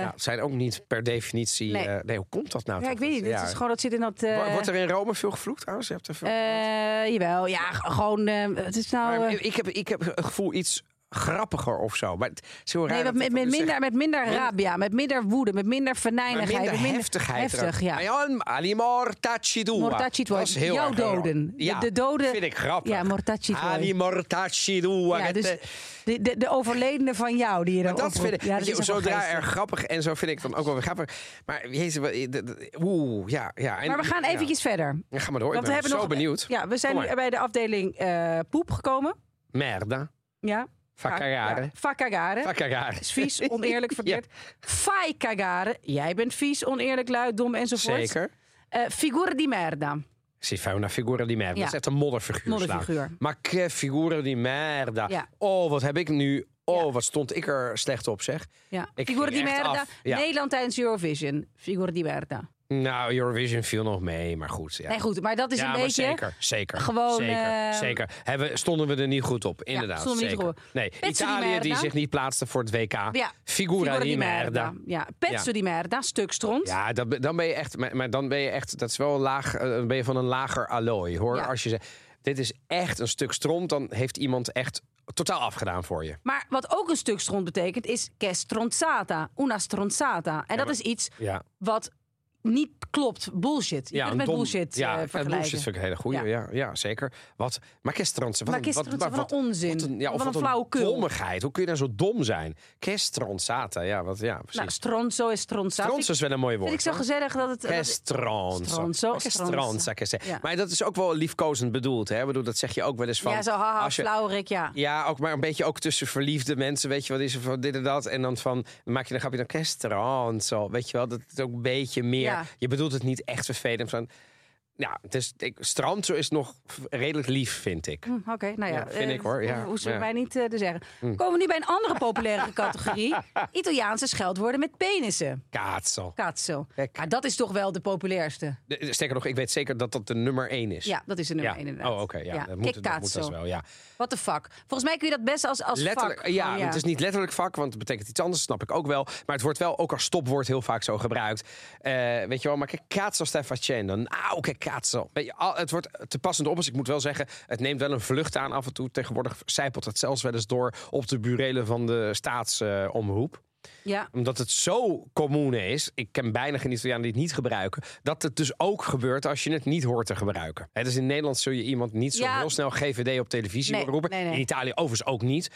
[SPEAKER 2] Ja, het zijn ook niet per definitie.
[SPEAKER 1] Nee.
[SPEAKER 2] Nee, nee hoe komt dat nou?
[SPEAKER 1] ja, ik
[SPEAKER 2] toch?
[SPEAKER 1] weet niet.
[SPEAKER 2] Ja.
[SPEAKER 1] Het is gewoon dat zit in dat. eh,
[SPEAKER 2] Wo- Wordt er in Rome veel gevloekt? trouwens? je hebt er veel...
[SPEAKER 1] eh, jawel, ja, g- gewoon. eh, het is nou.
[SPEAKER 2] maar
[SPEAKER 1] eh,
[SPEAKER 2] ik, heb, ik heb het gevoel iets grappiger of zo. Maar het is heel raar
[SPEAKER 1] nee,
[SPEAKER 2] dat
[SPEAKER 1] met, met,
[SPEAKER 2] ik dat nu zeg.
[SPEAKER 1] minder, met minder rabia, met minder woede, met minder
[SPEAKER 2] Maar
[SPEAKER 1] venijnigheid.
[SPEAKER 2] minder
[SPEAKER 1] met minder
[SPEAKER 2] heftigheid.
[SPEAKER 1] Heftig,
[SPEAKER 2] eraan.
[SPEAKER 1] ja.
[SPEAKER 2] Ayan, Ali Mortacidua.
[SPEAKER 1] Mortacidua.
[SPEAKER 2] Dat is heel
[SPEAKER 1] Jouw
[SPEAKER 2] erg een ramp.
[SPEAKER 1] doden. De-
[SPEAKER 2] Ja,
[SPEAKER 1] de doden-
[SPEAKER 2] vind ik grappig.
[SPEAKER 1] Ja, Mortacidua.
[SPEAKER 2] Ali Mortacidua.
[SPEAKER 1] Ja,
[SPEAKER 2] Dat,
[SPEAKER 1] dus
[SPEAKER 2] eh,
[SPEAKER 1] de, de, de overledene van jou die je
[SPEAKER 2] Maar
[SPEAKER 1] dan
[SPEAKER 2] dat vind
[SPEAKER 1] oproept.
[SPEAKER 2] ik, ja,
[SPEAKER 1] dat is echt wel
[SPEAKER 2] zodra
[SPEAKER 1] geestig.
[SPEAKER 2] erg grappig en zo vind ik dan ook wel weer grappig. Maar jezus, wat- eh, d- d- oeh, ja. ja. En-
[SPEAKER 1] Maar we gaan
[SPEAKER 2] ja.
[SPEAKER 1] eventjes verder.
[SPEAKER 2] Ja, ga maar door, ik
[SPEAKER 1] Want we
[SPEAKER 2] ben
[SPEAKER 1] hebben
[SPEAKER 2] zo
[SPEAKER 1] nog,
[SPEAKER 2] benieuwd.
[SPEAKER 1] Ja, we zijn
[SPEAKER 2] Kom
[SPEAKER 1] nu
[SPEAKER 2] maar.
[SPEAKER 1] bij de afdeling eh, poep gekomen.
[SPEAKER 2] Merda.
[SPEAKER 1] Ja.
[SPEAKER 2] Fakagare.
[SPEAKER 1] Ja, Fakagare.
[SPEAKER 2] Fakagare.
[SPEAKER 1] is vies, oneerlijk, verkeerd. Fai cagare. Jij bent vies, oneerlijk, luid, dom enzovoort.
[SPEAKER 2] Zeker.
[SPEAKER 1] Eh, figura di merda.
[SPEAKER 2] Si fa una figura di merda.
[SPEAKER 1] Ja.
[SPEAKER 2] Dat is echt een modderfiguur.
[SPEAKER 1] Modderfiguur.
[SPEAKER 2] slaan. Maar che figura di merda.
[SPEAKER 1] Ja.
[SPEAKER 2] Oh, wat heb ik nu...
[SPEAKER 1] Ja.
[SPEAKER 2] Oh, wat stond ik er slecht op, zeg.
[SPEAKER 1] Ja.
[SPEAKER 2] Ik
[SPEAKER 1] Figura
[SPEAKER 2] ging
[SPEAKER 1] di
[SPEAKER 2] echt
[SPEAKER 1] merda.
[SPEAKER 2] af. Ja.
[SPEAKER 1] Nederland tijdens Eurovision. Figura di merda.
[SPEAKER 2] Nou, Eurovision viel nog mee, maar goed. Ja,
[SPEAKER 1] Nee, goed, maar dat is
[SPEAKER 2] ja
[SPEAKER 1] een
[SPEAKER 2] maar
[SPEAKER 1] beetje...
[SPEAKER 2] zeker, zeker.
[SPEAKER 1] gewoon,
[SPEAKER 2] Zeker,
[SPEAKER 1] eh,
[SPEAKER 2] zeker. Hebben, stonden we er niet goed op, inderdaad.
[SPEAKER 1] stonden we niet
[SPEAKER 2] zeker.
[SPEAKER 1] goed op.
[SPEAKER 2] Nee,
[SPEAKER 1] Pezzo di
[SPEAKER 2] Italië die
[SPEAKER 1] merda.
[SPEAKER 2] zich niet plaatste voor het WK.
[SPEAKER 1] Ja.
[SPEAKER 2] Figura, di merda.
[SPEAKER 1] Ja. Pezzo
[SPEAKER 2] Ja.
[SPEAKER 1] di merda. Stuk stront.
[SPEAKER 2] Ja, dat, be- dan ben je echt, maar, maar dan ben je echt, dat is wel een laag, eh, dan ben je van een lager allooi hoor.
[SPEAKER 1] Ja.
[SPEAKER 2] Als je zegt, dit is echt een stuk stront, dan heeft iemand echt totaal afgedaan voor je.
[SPEAKER 1] Maar wat ook een stuk stront betekent is che stronzata, una stronzata. En dat is iets
[SPEAKER 2] Ja,
[SPEAKER 1] wat niet klopt. Bullshit. Je
[SPEAKER 2] ja
[SPEAKER 1] kunt het met
[SPEAKER 2] dom-
[SPEAKER 1] bullshit
[SPEAKER 2] Ja,
[SPEAKER 1] eh,
[SPEAKER 2] en
[SPEAKER 1] vergelijken.
[SPEAKER 2] bullshit vind ik een hele goede.
[SPEAKER 1] Ja. Nou,
[SPEAKER 2] Ja, ja, zeker. Wat, maar kerstransen, wat,
[SPEAKER 1] Maar
[SPEAKER 2] een-
[SPEAKER 1] kerstransen, wat een onzin.
[SPEAKER 2] Wat een, ja, of
[SPEAKER 1] Wat een
[SPEAKER 2] wat een
[SPEAKER 1] flauwekul.
[SPEAKER 2] dommigheid. Hoe kun je nou zo dom zijn? Kerstransaten, ja, wat, ja,
[SPEAKER 1] Nou,
[SPEAKER 2] precies.
[SPEAKER 1] stronzo is stronzata.
[SPEAKER 2] Stronsen is wel een mooi woord.
[SPEAKER 1] Vind ik zo
[SPEAKER 2] hoor. Oh,
[SPEAKER 1] gezellig dat het... dat het- Stronzo,
[SPEAKER 2] Kestranzo.
[SPEAKER 1] stronza.
[SPEAKER 2] Kestranza. kestranza.
[SPEAKER 1] Ja.
[SPEAKER 2] Maar dat is ook wel liefkozend bedoeld. Hè? Ik Bedoel, dat zeg je ook wel eens van...
[SPEAKER 1] ja, zo haha,
[SPEAKER 2] als je-
[SPEAKER 1] flauwerik, ja.
[SPEAKER 2] Ja, ook, maar een beetje ook tussen verliefde mensen. Weet je wat is er van dit en dat? En dan van, maak je een grapje dan restaurant. Zo, weet je wel, dat is ook een beetje meer.
[SPEAKER 1] Ja.
[SPEAKER 2] Je bedoelt het niet echt vervelend. Van, ja, dus ik, strand zo is nog v- redelijk lief, vind ik.
[SPEAKER 1] Hm, Oké, nou ja.
[SPEAKER 2] Ja, vind
[SPEAKER 1] eh,
[SPEAKER 2] ik hoor, ja,
[SPEAKER 1] hoe- Hoe zullen
[SPEAKER 2] ja. Hm.
[SPEAKER 1] wij niet eh, te zeggen. Komen we nu bij een andere populaire categorie. Italiaanse scheldwoorden met penissen.
[SPEAKER 2] Kaatsel.
[SPEAKER 1] Cazzo.
[SPEAKER 2] Kijk.
[SPEAKER 1] Maar dat is toch wel de populairste.
[SPEAKER 2] De- de- Sterker nog, ik weet zeker dat dat de nummer één is.
[SPEAKER 1] Ja, dat is de nummer
[SPEAKER 2] Ja.
[SPEAKER 1] één inderdaad.
[SPEAKER 2] Oh, oké. ja, Dat, moet, dat moet
[SPEAKER 1] Kikcazzo.
[SPEAKER 2] dat wel, ja.
[SPEAKER 1] What the fuck? Volgens mij kun je dat best als, als
[SPEAKER 2] Letterlijk,
[SPEAKER 1] vak. Oh,
[SPEAKER 2] ja,
[SPEAKER 1] gewoon,
[SPEAKER 2] het is niet letterlijk vak, want het betekent iets anders, snap ik ook wel. Maar het wordt wel ook als stopwoord heel vaak zo gebruikt. Eh, weet je wel, maar che cazzo stai facendo? Nou, che cazzo. Weet je, al, het wordt te passend op, dus ik moet wel zeggen, het neemt wel een vlucht aan af en toe. Tegenwoordig zijpelt het zelfs wel eens door op de burelen van de staatsomroep.
[SPEAKER 1] Ja.
[SPEAKER 2] Omdat het zo commune is, ik ken bijna geen Italianen die het niet gebruiken, dat het dus ook gebeurt als je het niet hoort te gebruiken. Hè, dus in Nederland zul je iemand niet zo
[SPEAKER 1] Ja.
[SPEAKER 2] heel snel GVD op televisie
[SPEAKER 1] Nee,
[SPEAKER 2] horen roepen.
[SPEAKER 1] nee, nee.
[SPEAKER 2] In Italië overigens ook niet.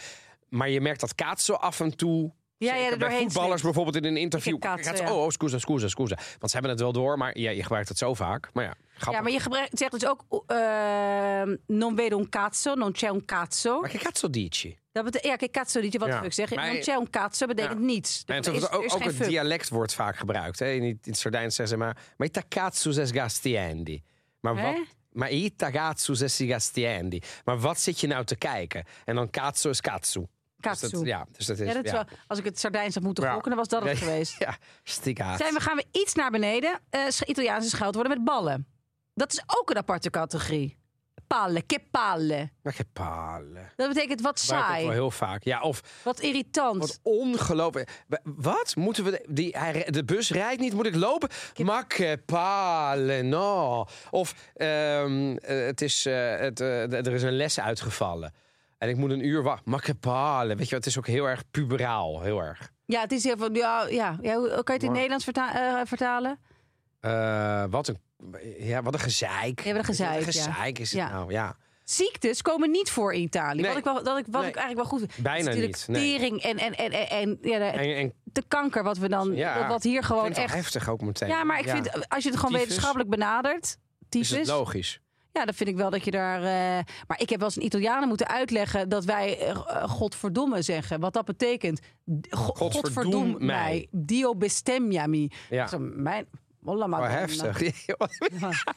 [SPEAKER 2] maar je merkt dat Kaatso af en toe.
[SPEAKER 1] Ja, ja,
[SPEAKER 2] zeker
[SPEAKER 1] er
[SPEAKER 2] bij
[SPEAKER 1] doorheen
[SPEAKER 2] voetballers
[SPEAKER 1] slinkt.
[SPEAKER 2] bijvoorbeeld in een interview.
[SPEAKER 1] Ik heb Kaatso,
[SPEAKER 2] Kaatso,
[SPEAKER 1] ja.
[SPEAKER 2] Oh, oh, scusa, scusa, scusa. Want ze hebben het wel door, maar ja, je gebruikt het zo vaak. Maar ja, grappig.
[SPEAKER 1] ja, maar je gebruikt- zegt dus ook ehm, non vedo un cazzo, non c'è un cazzo.
[SPEAKER 2] Maar che cazzo dici?
[SPEAKER 1] Dat betekent, ja, kijk, cazzo liedje, wat
[SPEAKER 2] Ja.
[SPEAKER 1] wil ik zeggen?
[SPEAKER 2] Maar-
[SPEAKER 1] non c'è un cazzo betekent
[SPEAKER 2] Ja.
[SPEAKER 1] niets.
[SPEAKER 2] En
[SPEAKER 1] Er
[SPEAKER 2] toch
[SPEAKER 1] is- er
[SPEAKER 2] ook,
[SPEAKER 1] is
[SPEAKER 2] ook
[SPEAKER 1] geen
[SPEAKER 2] het
[SPEAKER 1] fuck.
[SPEAKER 2] dialect wordt vaak gebruikt. Hè? In, in het Sardijns zeggen ze maar... Ma i cazzo se sgastiendi. Maar
[SPEAKER 1] Hè?
[SPEAKER 2] wat... Maar i cazzo se si gastiendi. Maar wat zit je nou te kijken? En dan cazzo is cazzo. Dus
[SPEAKER 1] Cazzo.
[SPEAKER 2] dat, ja, dus dat is...
[SPEAKER 1] Ja, dat is wel- als ik het Sardijns had moeten gokken, dan was dat het
[SPEAKER 2] Ja.
[SPEAKER 1] geweest.
[SPEAKER 2] Ja, sti cazzo.
[SPEAKER 1] Zijn we, gaan we iets naar beneden? Eh, sch- Italiaanse scheldwoorden met ballen. Dat is ook een aparte categorie. palle, che palle.
[SPEAKER 2] Maar che palle.
[SPEAKER 1] Dat betekent wat
[SPEAKER 2] Gebruik ik wel
[SPEAKER 1] saai,
[SPEAKER 2] heel vaak. Ja, of
[SPEAKER 1] wat irritant.
[SPEAKER 2] wat ongelooflijk. Wa- Wat? Moeten we... de- Die, hij re- de bus rijdt niet, moet ik lopen? Ma che palle, no. Of ehm, eh, het is, eh, het, eh, d- er is een les uitgevallen. En ik moet een uur wachten. Ma che palle. Weet je, wat, het is ook heel erg puberaal. Heel erg.
[SPEAKER 1] Ja, het is heel van, ja, ja, ja, hoe hoe kan je het in
[SPEAKER 2] Maar-
[SPEAKER 1] Nederlands verta- eh, vertalen?
[SPEAKER 2] Eh, wat een... Ja, wat een gezeik.
[SPEAKER 1] Ja, wat een gezeik,
[SPEAKER 2] Wat
[SPEAKER 1] ja.
[SPEAKER 2] gezeik is het
[SPEAKER 1] Ja.
[SPEAKER 2] nou, ja.
[SPEAKER 1] Ziektes komen niet voor in Italië.
[SPEAKER 2] Nee.
[SPEAKER 1] Wat, ik wel, dat ik, wat
[SPEAKER 2] Nee.
[SPEAKER 1] ik eigenlijk wel goed vind. Het
[SPEAKER 2] Bijna
[SPEAKER 1] is natuurlijk
[SPEAKER 2] niet, nee.
[SPEAKER 1] Tering en, en, en, en, en, ja, de,
[SPEAKER 2] En, en
[SPEAKER 1] de kanker, wat we dan.
[SPEAKER 2] Ja,
[SPEAKER 1] wat- wat hier gewoon
[SPEAKER 2] vind het wel
[SPEAKER 1] echt.
[SPEAKER 2] heftig ook meteen.
[SPEAKER 1] Ja, maar ik vind als je het gewoon
[SPEAKER 2] Tyfus.
[SPEAKER 1] wetenschappelijk benadert.
[SPEAKER 2] Is het
[SPEAKER 1] Tyfus.
[SPEAKER 2] logisch?
[SPEAKER 1] Ja, dan vind ik wel dat je daar. eh, Maar ik heb wel eens een Italianen moeten uitleggen dat wij eh, eh, godverdomme zeggen. Wat dat betekent. D- go-
[SPEAKER 2] Godverdoem mij.
[SPEAKER 1] Dio bestemmiami.
[SPEAKER 2] Ja.
[SPEAKER 1] Zo, mijn. Olla
[SPEAKER 2] Oh,
[SPEAKER 1] Madonna.
[SPEAKER 2] heftig.
[SPEAKER 1] Ja,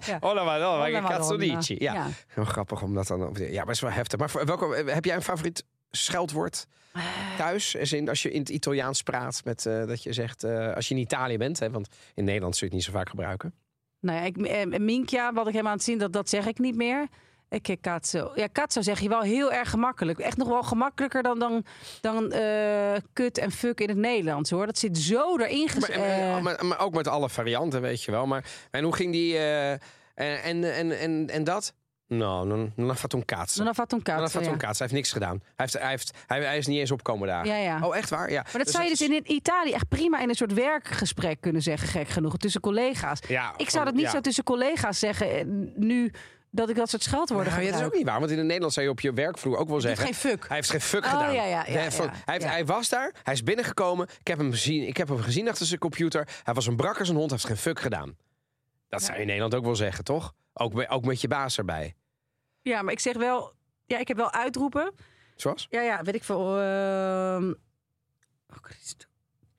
[SPEAKER 1] ja.
[SPEAKER 2] Olla Madonna,
[SPEAKER 1] Olla
[SPEAKER 2] che cazzo
[SPEAKER 1] Madonna.
[SPEAKER 2] dici? Ja.
[SPEAKER 1] Ja.
[SPEAKER 2] Heel grappig om dat dan... op te- Ja, maar het is wel heftig. Maar voor- welke, eh, heb jij een favoriet scheldwoord
[SPEAKER 1] Eh.
[SPEAKER 2] thuis? Als in, als je in het Italiaans praat, met, eh, dat je zegt... eh, als je in Italië bent, hè, want in Nederland zul je het niet zo vaak gebruiken.
[SPEAKER 1] Nou ja, ik, eh, Minkja, wat ik hem aan het zien, dat, dat zeg ik niet meer. Ik eh, katso. Ja, katso zeg je wel heel erg gemakkelijk. Echt nog wel gemakkelijker dan, dan, dan eh, kut en fuck in het Nederlands hoor. Dat zit zo erin eh,
[SPEAKER 2] Maar, eh,
[SPEAKER 1] gezet.
[SPEAKER 2] maar- maar, maar ook met alle varianten, weet je wel. Maar, en hoe ging die... eh, en, en, en, en, en dat? Nou, dan, dan had een kaats.
[SPEAKER 1] dan had een
[SPEAKER 2] Dan
[SPEAKER 1] katso,
[SPEAKER 2] had
[SPEAKER 1] ja.
[SPEAKER 2] een kaats. Hij heeft niks gedaan. Hij, heeft, hij, heeft, hij, hij is niet eens opkomen daar.
[SPEAKER 1] Ja, ja.
[SPEAKER 2] Oh, echt waar? Ja.
[SPEAKER 1] Maar dat zou je dus in Italië echt prima in een soort werkgesprek kunnen zeggen, gek genoeg, tussen collega's.
[SPEAKER 2] Ja,
[SPEAKER 1] ik
[SPEAKER 2] van-
[SPEAKER 1] zou dat niet
[SPEAKER 2] ja.
[SPEAKER 1] zo tussen collega's zeggen eh, nu dat ik dat soort scheldwoorden
[SPEAKER 2] Nou, ja, dat is
[SPEAKER 1] gebruik.
[SPEAKER 2] ook niet waar, want in het Nederlands zou je op je werkvloer ook wel zeggen.
[SPEAKER 1] heeft geen fuck.
[SPEAKER 2] Hij heeft geen fuck
[SPEAKER 1] Oh,
[SPEAKER 2] gedaan.
[SPEAKER 1] ja, ja, ja,
[SPEAKER 2] hij, van-
[SPEAKER 1] ja,
[SPEAKER 2] hij, heeft-
[SPEAKER 1] ja.
[SPEAKER 2] hij was daar, hij is binnengekomen. Ik heb, hem gezien, ik heb hem gezien achter zijn computer. Hij was een brak als een hond, hij heeft geen fuck gedaan. Dat zou je in Nederland ook wel zeggen, toch? Ook, bij- ook met je baas erbij.
[SPEAKER 1] Ja, maar ik zeg wel, ja, ik heb wel uitroepen.
[SPEAKER 2] Zoals?
[SPEAKER 1] Ja, ja, weet ik veel. ehm, Oh, Christus.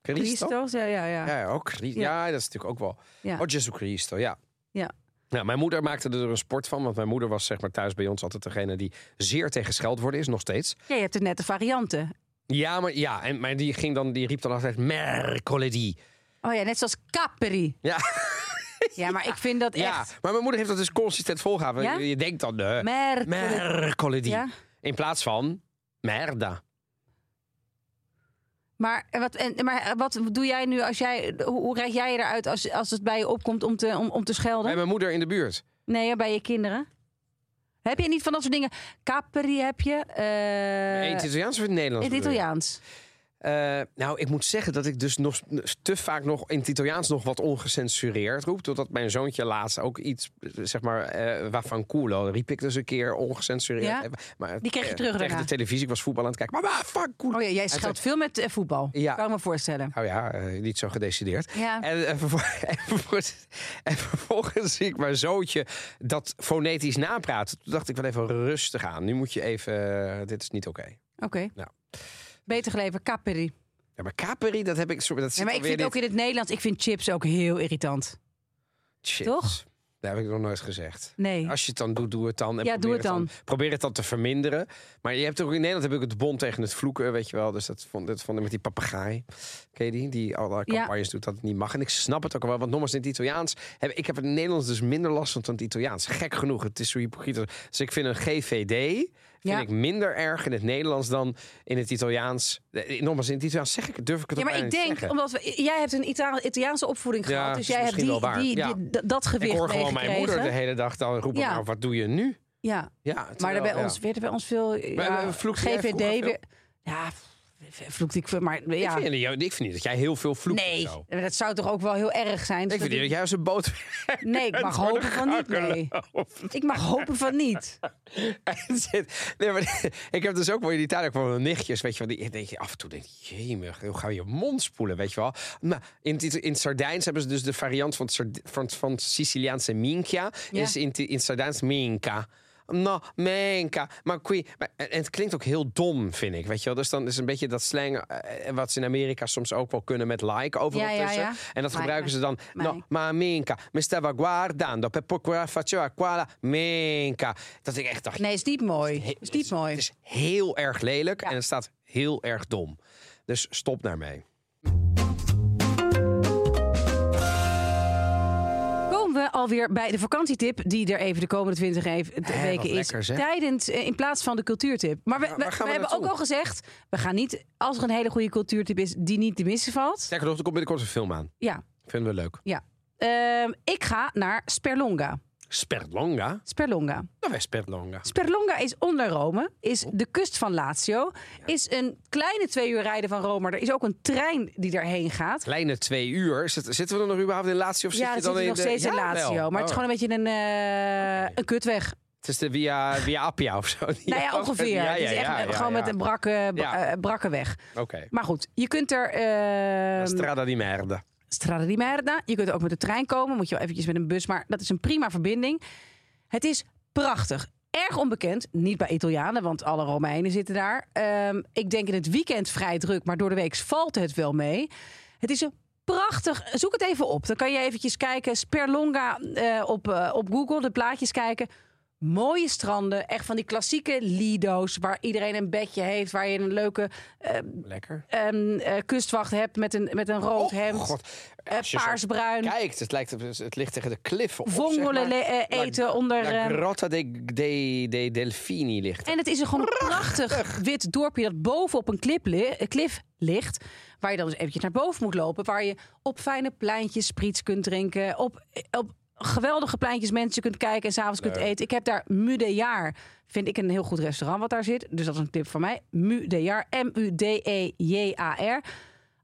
[SPEAKER 2] Christo?
[SPEAKER 1] Christos, ja, ja, ja.
[SPEAKER 2] Ja, ook. Christ- Ja. dat is natuurlijk ook wel.
[SPEAKER 1] Ja.
[SPEAKER 2] Oh, Jezus Christo, ja.
[SPEAKER 1] Ja.
[SPEAKER 2] Nou, mijn moeder maakte er een sport van, want mijn moeder was zeg maar thuis bij ons altijd degene die zeer tegen scheldwoorden is, nog steeds.
[SPEAKER 1] Ja, je hebt het net de varianten.
[SPEAKER 2] Ja, maar, ja, en, maar die, ging dan, die riep dan altijd mercoledì.
[SPEAKER 1] Oh ja, net zoals Capri.
[SPEAKER 2] Ja.
[SPEAKER 1] Ja, maar ik vind dat
[SPEAKER 2] Ja,
[SPEAKER 1] echt.
[SPEAKER 2] maar mijn moeder heeft dat dus consistent volgehouden.
[SPEAKER 1] Ja?
[SPEAKER 2] Je denkt dan, eh,
[SPEAKER 1] Merkel.
[SPEAKER 2] mercoledì.
[SPEAKER 1] Ja.
[SPEAKER 2] In plaats van merda.
[SPEAKER 1] Maar, eh, wat, en, maar eh, wat doe jij nu als jij. Hoe, hoe rijd jij eruit als, als het bij je opkomt om te, om, om te
[SPEAKER 2] Bij
[SPEAKER 1] schelden?
[SPEAKER 2] mijn moeder in de buurt.
[SPEAKER 1] Nee, hè, bij je kinderen. Heb je niet van dat soort dingen? Capri heb je. eh,
[SPEAKER 2] in het Italiaans of in het Nederlands?
[SPEAKER 1] in het
[SPEAKER 2] bedoel je?
[SPEAKER 1] Italiaans.
[SPEAKER 2] Eh, nou, ik moet zeggen dat ik dus nog s- te vaak nog in het Italiaans nog wat ongecensureerd roep. Totdat mijn zoontje laatst ook iets, eh, zeg maar, eh waarvan culo. riep ik dus een keer ongecensureerd.
[SPEAKER 1] Ja?
[SPEAKER 2] Eh, Maar,
[SPEAKER 1] Die kreeg je
[SPEAKER 2] eh,
[SPEAKER 1] terug
[SPEAKER 2] Tegen
[SPEAKER 1] daarna.
[SPEAKER 2] de televisie, ik was voetbal aan het kijken. Maar waarvan culo?
[SPEAKER 1] Oh ja, jij scheldt veel met eh, voetbal.
[SPEAKER 2] Ja.
[SPEAKER 1] Kan ik me voorstellen.
[SPEAKER 2] Nou ja, eh, niet zo gedecideerd.
[SPEAKER 1] Ja.
[SPEAKER 2] En, en, vervol- en vervolgens, en vervolgens zie ik mijn zootje dat fonetisch napraten. Toen dacht ik wel even rustig aan. Nu moet je even... eh, dit is niet oké.
[SPEAKER 1] Oké.
[SPEAKER 2] Ja.
[SPEAKER 1] Beter geleverd, Capri.
[SPEAKER 2] Ja, maar Capri, dat heb ik... Sorry, dat
[SPEAKER 1] Ja, maar ik vind ook in het Nederlands, ik vind chips ook heel irritant. toch?
[SPEAKER 2] Dat heb ik nog nooit gezegd.
[SPEAKER 1] Nee.
[SPEAKER 2] Als je het dan doet, doe het dan. En
[SPEAKER 1] Ja, doe
[SPEAKER 2] probeer
[SPEAKER 1] het dan.
[SPEAKER 2] Probeer het dan te verminderen. Maar je hebt ook in Nederland heb ik het bond tegen het vloeken, weet je wel. Dus dat vond, dat vond ik met die papegaai. Ken je die? Die alle
[SPEAKER 1] Ja.
[SPEAKER 2] campagnes doet dat het niet mag. En ik snap het ook wel. Want nogmaals, in het Italiaans... Heb, ik heb het in het Nederlands dus minder last van dan het Italiaans. Gek genoeg. Het is zo hypocriet. Dus ik vind een GVD... vind
[SPEAKER 1] Ja.
[SPEAKER 2] ik minder erg in het Nederlands dan in het Italiaans. Eh, Nogmaals, in het Italiaans zeg ik het, durf ik het
[SPEAKER 1] Ja,
[SPEAKER 2] ook
[SPEAKER 1] maar ik
[SPEAKER 2] bijna niet
[SPEAKER 1] denk,
[SPEAKER 2] te zeggen.
[SPEAKER 1] omdat we, jij hebt een Ita- Italiaanse opvoeding
[SPEAKER 2] Ja,
[SPEAKER 1] gehad,
[SPEAKER 2] dat
[SPEAKER 1] dus
[SPEAKER 2] is
[SPEAKER 1] jij hebt die,
[SPEAKER 2] misschien wel waar.
[SPEAKER 1] die,
[SPEAKER 2] Ja.
[SPEAKER 1] die- dat- dat gewicht
[SPEAKER 2] Ik hoor gewoon mijn
[SPEAKER 1] meegekregen.
[SPEAKER 2] moeder de hele dag dan roepen...
[SPEAKER 1] Ja.
[SPEAKER 2] Nou, wat doe je nu?
[SPEAKER 1] Ja,
[SPEAKER 2] Ja,
[SPEAKER 1] maar
[SPEAKER 2] terwijl-
[SPEAKER 1] er bij
[SPEAKER 2] ja.
[SPEAKER 1] ons, werd er bij ons veel eh,
[SPEAKER 2] Maar,
[SPEAKER 1] ja,
[SPEAKER 2] eh, vloekte jij
[SPEAKER 1] GVD
[SPEAKER 2] vroeger
[SPEAKER 1] weer. Ja, v- vloekte ik veel, maar
[SPEAKER 2] Ik
[SPEAKER 1] ja.
[SPEAKER 2] vind, jou- ik vind niet dat jij heel veel vloekt. of
[SPEAKER 1] Nee,
[SPEAKER 2] zo.
[SPEAKER 1] maar dat zou toch ook wel heel erg zijn.
[SPEAKER 2] Ik vind niet dat jij als een boot.
[SPEAKER 1] Nee, ik mag hopen van niet. Nee. Ik mag hopen van niet.
[SPEAKER 2] En zit- nee, maar, ik heb dus ook wel in Italië ook wel wel nichtjes, weet je wel. Die, denk je, af en toe denk je, jemig, hoe ga je je mond spoelen, weet je wel. Maar in, het- in het Sardijns hebben ze dus de variant van het, Sard- van, het- van het Siciliaanse minchia.
[SPEAKER 1] Ja.
[SPEAKER 2] Is in, het- in het Sardijns minca. No, menka. Maar qui. maar- en en het klinkt ook heel dom, vind ik. Weet je wel? Dus dan is een beetje dat slang. eh, wat ze in Amerika soms ook wel kunnen met like overal
[SPEAKER 1] Ja, ja,
[SPEAKER 2] tussen.
[SPEAKER 1] ja.
[SPEAKER 2] En dat
[SPEAKER 1] Like,
[SPEAKER 2] gebruiken ze dan. nou,
[SPEAKER 1] like.
[SPEAKER 2] No, ma minca. Me stava guardando. Per poco faceva quella minca. Dat ik echt dacht.
[SPEAKER 1] Nee, is niet mooi.
[SPEAKER 2] He-
[SPEAKER 1] Is niet mooi.
[SPEAKER 2] Het is heel erg lelijk en het staat heel erg dom. Dus stop daarmee.
[SPEAKER 1] Komen we alweer bij de vakantietip, die er even de komende 20 ev- weken is.
[SPEAKER 2] lekker, zeg.
[SPEAKER 1] tijdens, eh, in plaats van de cultuurtip. Maar we,
[SPEAKER 2] Ja,
[SPEAKER 1] we-
[SPEAKER 2] waar gaan
[SPEAKER 1] we
[SPEAKER 2] we
[SPEAKER 1] hebben ook
[SPEAKER 2] naartoe?
[SPEAKER 1] al gezegd, we gaan niet, als er een hele goede cultuurtip is, die niet te missen valt.
[SPEAKER 2] Sterker nog, er komt binnenkort een film aan.
[SPEAKER 1] Ja,
[SPEAKER 2] Vinden we leuk.
[SPEAKER 1] ja. Ehm, ik ga naar Sperlonga.
[SPEAKER 2] Sperlonga?
[SPEAKER 1] Sperlonga.
[SPEAKER 2] Dat is Sperlonga.
[SPEAKER 1] Sperlonga is onder Rome,
[SPEAKER 2] Oh.
[SPEAKER 1] is de kust van Lazio. Is een kleine twee uur rijden van Rome, maar er is ook een trein die daarheen gaat.
[SPEAKER 2] Kleine twee uur. Zit- zitten we dan nog überhaupt in Lazio? Of
[SPEAKER 1] Ja,
[SPEAKER 2] zit je
[SPEAKER 1] dat
[SPEAKER 2] dan
[SPEAKER 1] zit
[SPEAKER 2] in
[SPEAKER 1] nog
[SPEAKER 2] de-
[SPEAKER 1] steeds in
[SPEAKER 2] Ja, wel.
[SPEAKER 1] Lazio, maar het is
[SPEAKER 2] Oh.
[SPEAKER 1] gewoon een beetje een, eh, een kutweg.
[SPEAKER 2] Het is de Via, via Appia of zo.
[SPEAKER 1] Nou ja, ongeveer.
[SPEAKER 2] Ja,
[SPEAKER 1] het
[SPEAKER 2] ja,
[SPEAKER 1] is echt
[SPEAKER 2] ja,
[SPEAKER 1] eh,
[SPEAKER 2] ja,
[SPEAKER 1] gewoon
[SPEAKER 2] ja.
[SPEAKER 1] met een brakke,
[SPEAKER 2] Ja.
[SPEAKER 1] eh, brakke weg.
[SPEAKER 2] Oké.
[SPEAKER 1] Maar goed, je kunt er... eh,
[SPEAKER 2] Strada di merda.
[SPEAKER 1] Strada di Merda. Je kunt er ook met de trein komen. Moet je wel eventjes met een bus. Maar dat is een prima verbinding. Het is prachtig. Erg onbekend. Niet bij Italianen, want alle Romeinen zitten daar. Ehm, ik denk in het weekend vrij druk. Maar door de week valt het wel mee. Het is een prachtig... Zoek het even op. Dan kan je eventjes kijken. Sperlonga eh, op, eh, op Google. De plaatjes kijken. Mooie stranden. Echt van die klassieke lido's. Waar iedereen een bedje heeft. Waar je een leuke
[SPEAKER 2] Lekker.
[SPEAKER 1] ehm, eh, kustwacht hebt met een, met een rood hemd.
[SPEAKER 2] Oh, god.
[SPEAKER 1] Eh,
[SPEAKER 2] Als je zo
[SPEAKER 1] paarsbruin.
[SPEAKER 2] Kijkt, het, lijkt, het ligt tegen de klif op.
[SPEAKER 1] Vongole
[SPEAKER 2] zeg maar.
[SPEAKER 1] le- eh, eten onder,
[SPEAKER 2] La
[SPEAKER 1] ehm,
[SPEAKER 2] Grotta de, de, de Delfini ligt.
[SPEAKER 1] En het is een gewoon prachtig wit dorpje dat boven op een klip li- eh, klif ligt. Waar je dan dus eventjes naar boven moet lopen. Waar je op fijne pleintjes spriets kunt drinken. Op, eh, op geweldige pleintjes mensen kunt kijken en s'avonds kunt eten. Ik heb daar Mudejaar, vind ik een heel goed restaurant wat daar zit. Dus dat is een tip van mij. Mudejaar, E M-U-D-E-J-A-R.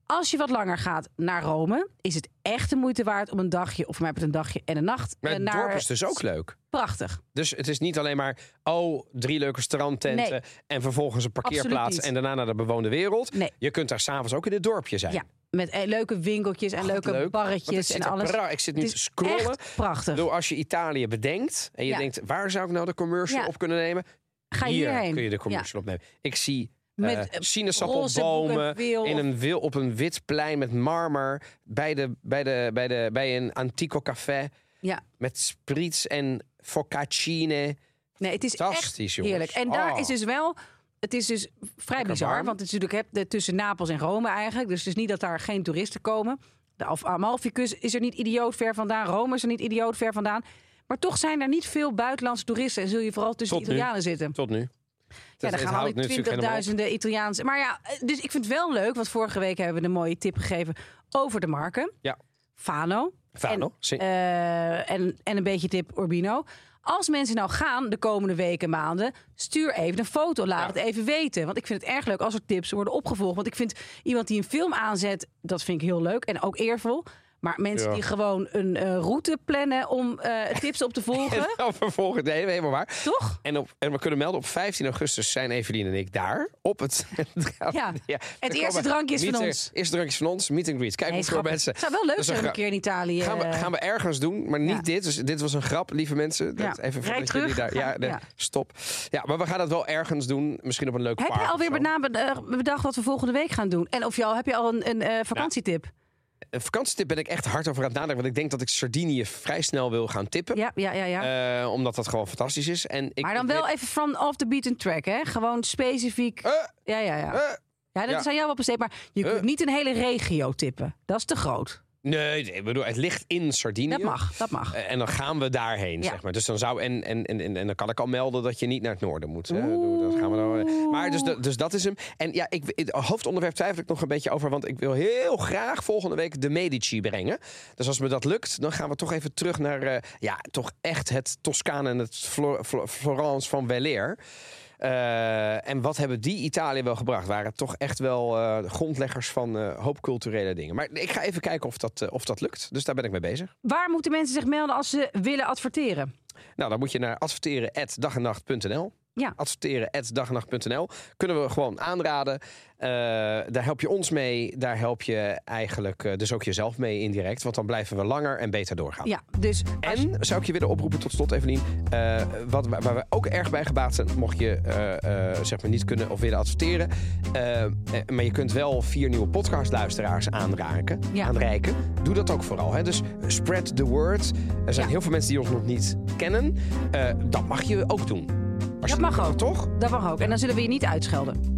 [SPEAKER 1] Als je wat langer gaat naar Rome, is het echt de moeite waard om een dagje, of voor mij met een dagje en een nacht.
[SPEAKER 2] Maar
[SPEAKER 1] eh,
[SPEAKER 2] het
[SPEAKER 1] naar...
[SPEAKER 2] dorp is dus ook leuk.
[SPEAKER 1] Prachtig.
[SPEAKER 2] Dus het is niet alleen maar, oh, drie leuke strandtenten...
[SPEAKER 1] Nee.
[SPEAKER 2] en vervolgens een
[SPEAKER 1] Absoluut
[SPEAKER 2] parkeerplaats
[SPEAKER 1] niet.
[SPEAKER 2] en daarna naar de bewoonde wereld.
[SPEAKER 1] Nee.
[SPEAKER 2] Je kunt daar s'avonds ook in het dorpje zijn.
[SPEAKER 1] Ja, met eh, leuke winkeltjes en leuke
[SPEAKER 2] leuk. Want ik
[SPEAKER 1] barretjes
[SPEAKER 2] zit
[SPEAKER 1] en
[SPEAKER 2] er
[SPEAKER 1] alles.
[SPEAKER 2] pra- ik zit nu
[SPEAKER 1] Het is
[SPEAKER 2] te scrollen.
[SPEAKER 1] echt prachtig.
[SPEAKER 2] Door als je Italië bedenkt en je
[SPEAKER 1] Ja.
[SPEAKER 2] denkt, waar zou ik nou de commercial
[SPEAKER 1] Ja.
[SPEAKER 2] op kunnen nemen?
[SPEAKER 1] Ga je
[SPEAKER 2] Hier
[SPEAKER 1] hierheen.
[SPEAKER 2] kun je de
[SPEAKER 1] Ja.
[SPEAKER 2] commercial opnemen. Ik zie
[SPEAKER 1] Met,
[SPEAKER 2] eh,
[SPEAKER 1] eh, roze
[SPEAKER 2] sinaasappelbomen
[SPEAKER 1] boekenweel
[SPEAKER 2] in
[SPEAKER 1] of-
[SPEAKER 2] een wil, op een wit plein met marmer bij, de, bij, de, bij, de, bij een antico café
[SPEAKER 1] Ja.
[SPEAKER 2] met spriets en focaccine.
[SPEAKER 1] Nee, het is
[SPEAKER 2] Fantastisch,
[SPEAKER 1] echt
[SPEAKER 2] jongens.
[SPEAKER 1] heerlijk. En daar
[SPEAKER 2] Oh.
[SPEAKER 1] is dus wel... Het is dus vrij bizar,
[SPEAKER 2] warm.
[SPEAKER 1] want het is natuurlijk hè, tussen Napels en Rome eigenlijk. Dus het is niet dat daar geen toeristen komen. De Af- Amalficus is er niet idioot ver vandaan. Rome is er niet idioot ver vandaan. Maar toch zijn er niet veel buitenlandse toeristen. En zul je vooral tussen
[SPEAKER 2] Tot
[SPEAKER 1] de
[SPEAKER 2] nu.
[SPEAKER 1] Italianen zitten.
[SPEAKER 2] Tot nu.
[SPEAKER 1] Ja,
[SPEAKER 2] Het-
[SPEAKER 1] dan
[SPEAKER 2] het
[SPEAKER 1] gaan al
[SPEAKER 2] houdt
[SPEAKER 1] die
[SPEAKER 2] natuurlijk helemaal op.
[SPEAKER 1] 20.000 Italiaanse... Maar ja, eh, dus ik vind het wel leuk. Want vorige week hebben we een mooie tip gegeven over de marken.
[SPEAKER 2] Ja.
[SPEAKER 1] Fano.
[SPEAKER 2] Fano,
[SPEAKER 1] En,
[SPEAKER 2] zing.
[SPEAKER 1] eh, en, en een beetje tip Urbino. Als mensen nou gaan de komende weken, maanden, stuur even een foto. Laat het even weten. Want ik vind het erg leuk als er tips worden opgevolgd. Want ik vind iemand die een film aanzet, dat vind ik heel leuk en ook eervol. Maar mensen
[SPEAKER 2] Ja.
[SPEAKER 1] die gewoon een eh, route plannen om eh, tips op te volgen,
[SPEAKER 2] En dan vervolgens, nee, helemaal waar.
[SPEAKER 1] toch?
[SPEAKER 2] En, op, en we kunnen melden, op 15 augustus zijn Evelien en ik daar. Op het...
[SPEAKER 1] Ja. Het eerste
[SPEAKER 2] komen
[SPEAKER 1] drankje is van
[SPEAKER 2] meet-
[SPEAKER 1] ons.
[SPEAKER 2] Eerste drankje is van ons, meet and greet. Kijk
[SPEAKER 1] Nee,
[SPEAKER 2] hoeveel
[SPEAKER 1] grappig.
[SPEAKER 2] mensen...
[SPEAKER 1] Het zou wel leuk
[SPEAKER 2] Dus dan
[SPEAKER 1] zijn om een
[SPEAKER 2] ga-
[SPEAKER 1] keer in Italië.
[SPEAKER 2] Gaan we,
[SPEAKER 1] eh,
[SPEAKER 2] gaan we ergens doen, maar niet
[SPEAKER 1] Ja.
[SPEAKER 2] dit. Dus dit was een grap, lieve mensen. Dat
[SPEAKER 1] Ja.
[SPEAKER 2] Even
[SPEAKER 1] Rijd
[SPEAKER 2] voordat
[SPEAKER 1] terug.
[SPEAKER 2] jullie daar. Ja,
[SPEAKER 1] Gaan-
[SPEAKER 2] nee,
[SPEAKER 1] ja.
[SPEAKER 2] stop. Ja, maar we gaan dat wel ergens doen. Misschien op een leuke
[SPEAKER 1] Heb je
[SPEAKER 2] park of
[SPEAKER 1] alweer
[SPEAKER 2] zo.
[SPEAKER 1] bena- eh, bedacht wat we volgende week gaan doen? En of je al, heb je al een, een eh, vakantietip?
[SPEAKER 2] Een vakantietip ben ik echt hard over aan het nadenken. Want ik denk dat ik Sardinië vrij snel wil gaan tippen.
[SPEAKER 1] Ja, ja, ja. ja.
[SPEAKER 2] Eh, omdat dat gewoon fantastisch is. En ik,
[SPEAKER 1] maar dan
[SPEAKER 2] ik
[SPEAKER 1] wel
[SPEAKER 2] weet-
[SPEAKER 1] even van off the beaten track, hè? Gewoon specifiek.
[SPEAKER 2] Eh,
[SPEAKER 1] ja, ja, ja.
[SPEAKER 2] eh,
[SPEAKER 1] ja, dat
[SPEAKER 2] ja.
[SPEAKER 1] is aan jou wel besteed. Maar je
[SPEAKER 2] Eh.
[SPEAKER 1] kunt niet een hele regio tippen. Dat is te groot.
[SPEAKER 2] nee, nee, ik bedoel, het ligt in Sardinië.
[SPEAKER 1] Dat mag, dat mag.
[SPEAKER 2] Eh, En dan gaan we daarheen,
[SPEAKER 1] Ja.
[SPEAKER 2] zeg maar. Dus dan zou, en, en, en, en en dan kan ik al melden dat je niet naar het noorden moet. Hè. Dat gaan we dan, maar dus, dat- dus dat is hem. En ja, ik, het hoofdonderwerp twijfel ik nog een beetje over. Want ik wil heel graag volgende week de Medici brengen. Dus als me dat lukt, dan gaan we toch even terug naar... eh, ja, toch echt het Toscaan en het Flo- Flo- Florence van Weleer. Eh, en wat hebben die Italië wel gebracht? Waren toch echt wel eh, grondleggers van eh, hoop culturele dingen. Maar ik ga even kijken of dat, eh, of dat lukt. Dus daar ben ik mee bezig.
[SPEAKER 1] Waar moeten mensen zich melden als ze willen adverteren?
[SPEAKER 2] Nou, dan moet je naar adverteren@dagennacht.nl.
[SPEAKER 1] Ja.
[SPEAKER 2] Adverteren@dagennacht.nl kunnen we gewoon aanraden. Eh, daar help je ons mee. Daar help je eigenlijk eh, dus ook jezelf mee indirect. Want dan blijven we langer en beter doorgaan.
[SPEAKER 1] Ja, dus als-
[SPEAKER 2] En zou ik je willen oproepen tot slot, Evelien. eh, wat, waar waar we ook erg bij gebaat zijn, mocht je eh, eh, zeg maar niet kunnen of willen adverteren. eh, eh, maar je kunt wel vier nieuwe podcastluisteraars aanraken,
[SPEAKER 1] Ja.
[SPEAKER 2] aanreiken. Doe dat ook vooral. Hè? Dus spread the word. Er zijn
[SPEAKER 1] Ja.
[SPEAKER 2] heel veel mensen die ons nog niet kennen. Eh, dat mag je ook doen. Als
[SPEAKER 1] dat
[SPEAKER 2] je-
[SPEAKER 1] mag ook.
[SPEAKER 2] Toch?
[SPEAKER 1] Dat mag ook. En dan zullen we je niet uitschelden.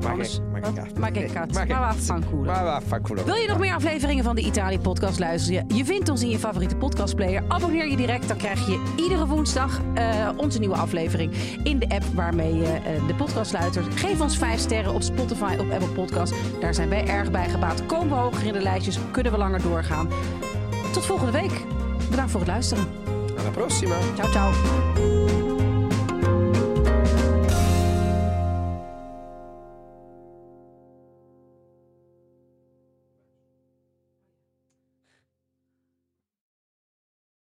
[SPEAKER 2] Maak
[SPEAKER 1] Anders-
[SPEAKER 2] ik- maak ik
[SPEAKER 1] Huh?
[SPEAKER 2] uit.
[SPEAKER 1] Maak ik
[SPEAKER 2] Nee,
[SPEAKER 1] uit.
[SPEAKER 2] maak ik-
[SPEAKER 1] Maar vaffankoelen.
[SPEAKER 2] Maar waar van cool.
[SPEAKER 1] Wil je nog meer afleveringen van de Italië-podcast luisteren? Je vindt ons in je favoriete podcastplayer. Abonneer je direct, dan krijg je iedere woensdag eh, onze nieuwe aflevering in de app waarmee je eh, de podcast luistert. Geef ons 5 sterren op Spotify, op Apple Podcast. Daar zijn wij erg bij gebaat. Komen we hoger in de lijstjes, kunnen we langer doorgaan. Tot volgende week. Bedankt voor het luisteren.
[SPEAKER 2] Alla prossima.
[SPEAKER 1] Ciao, ciao.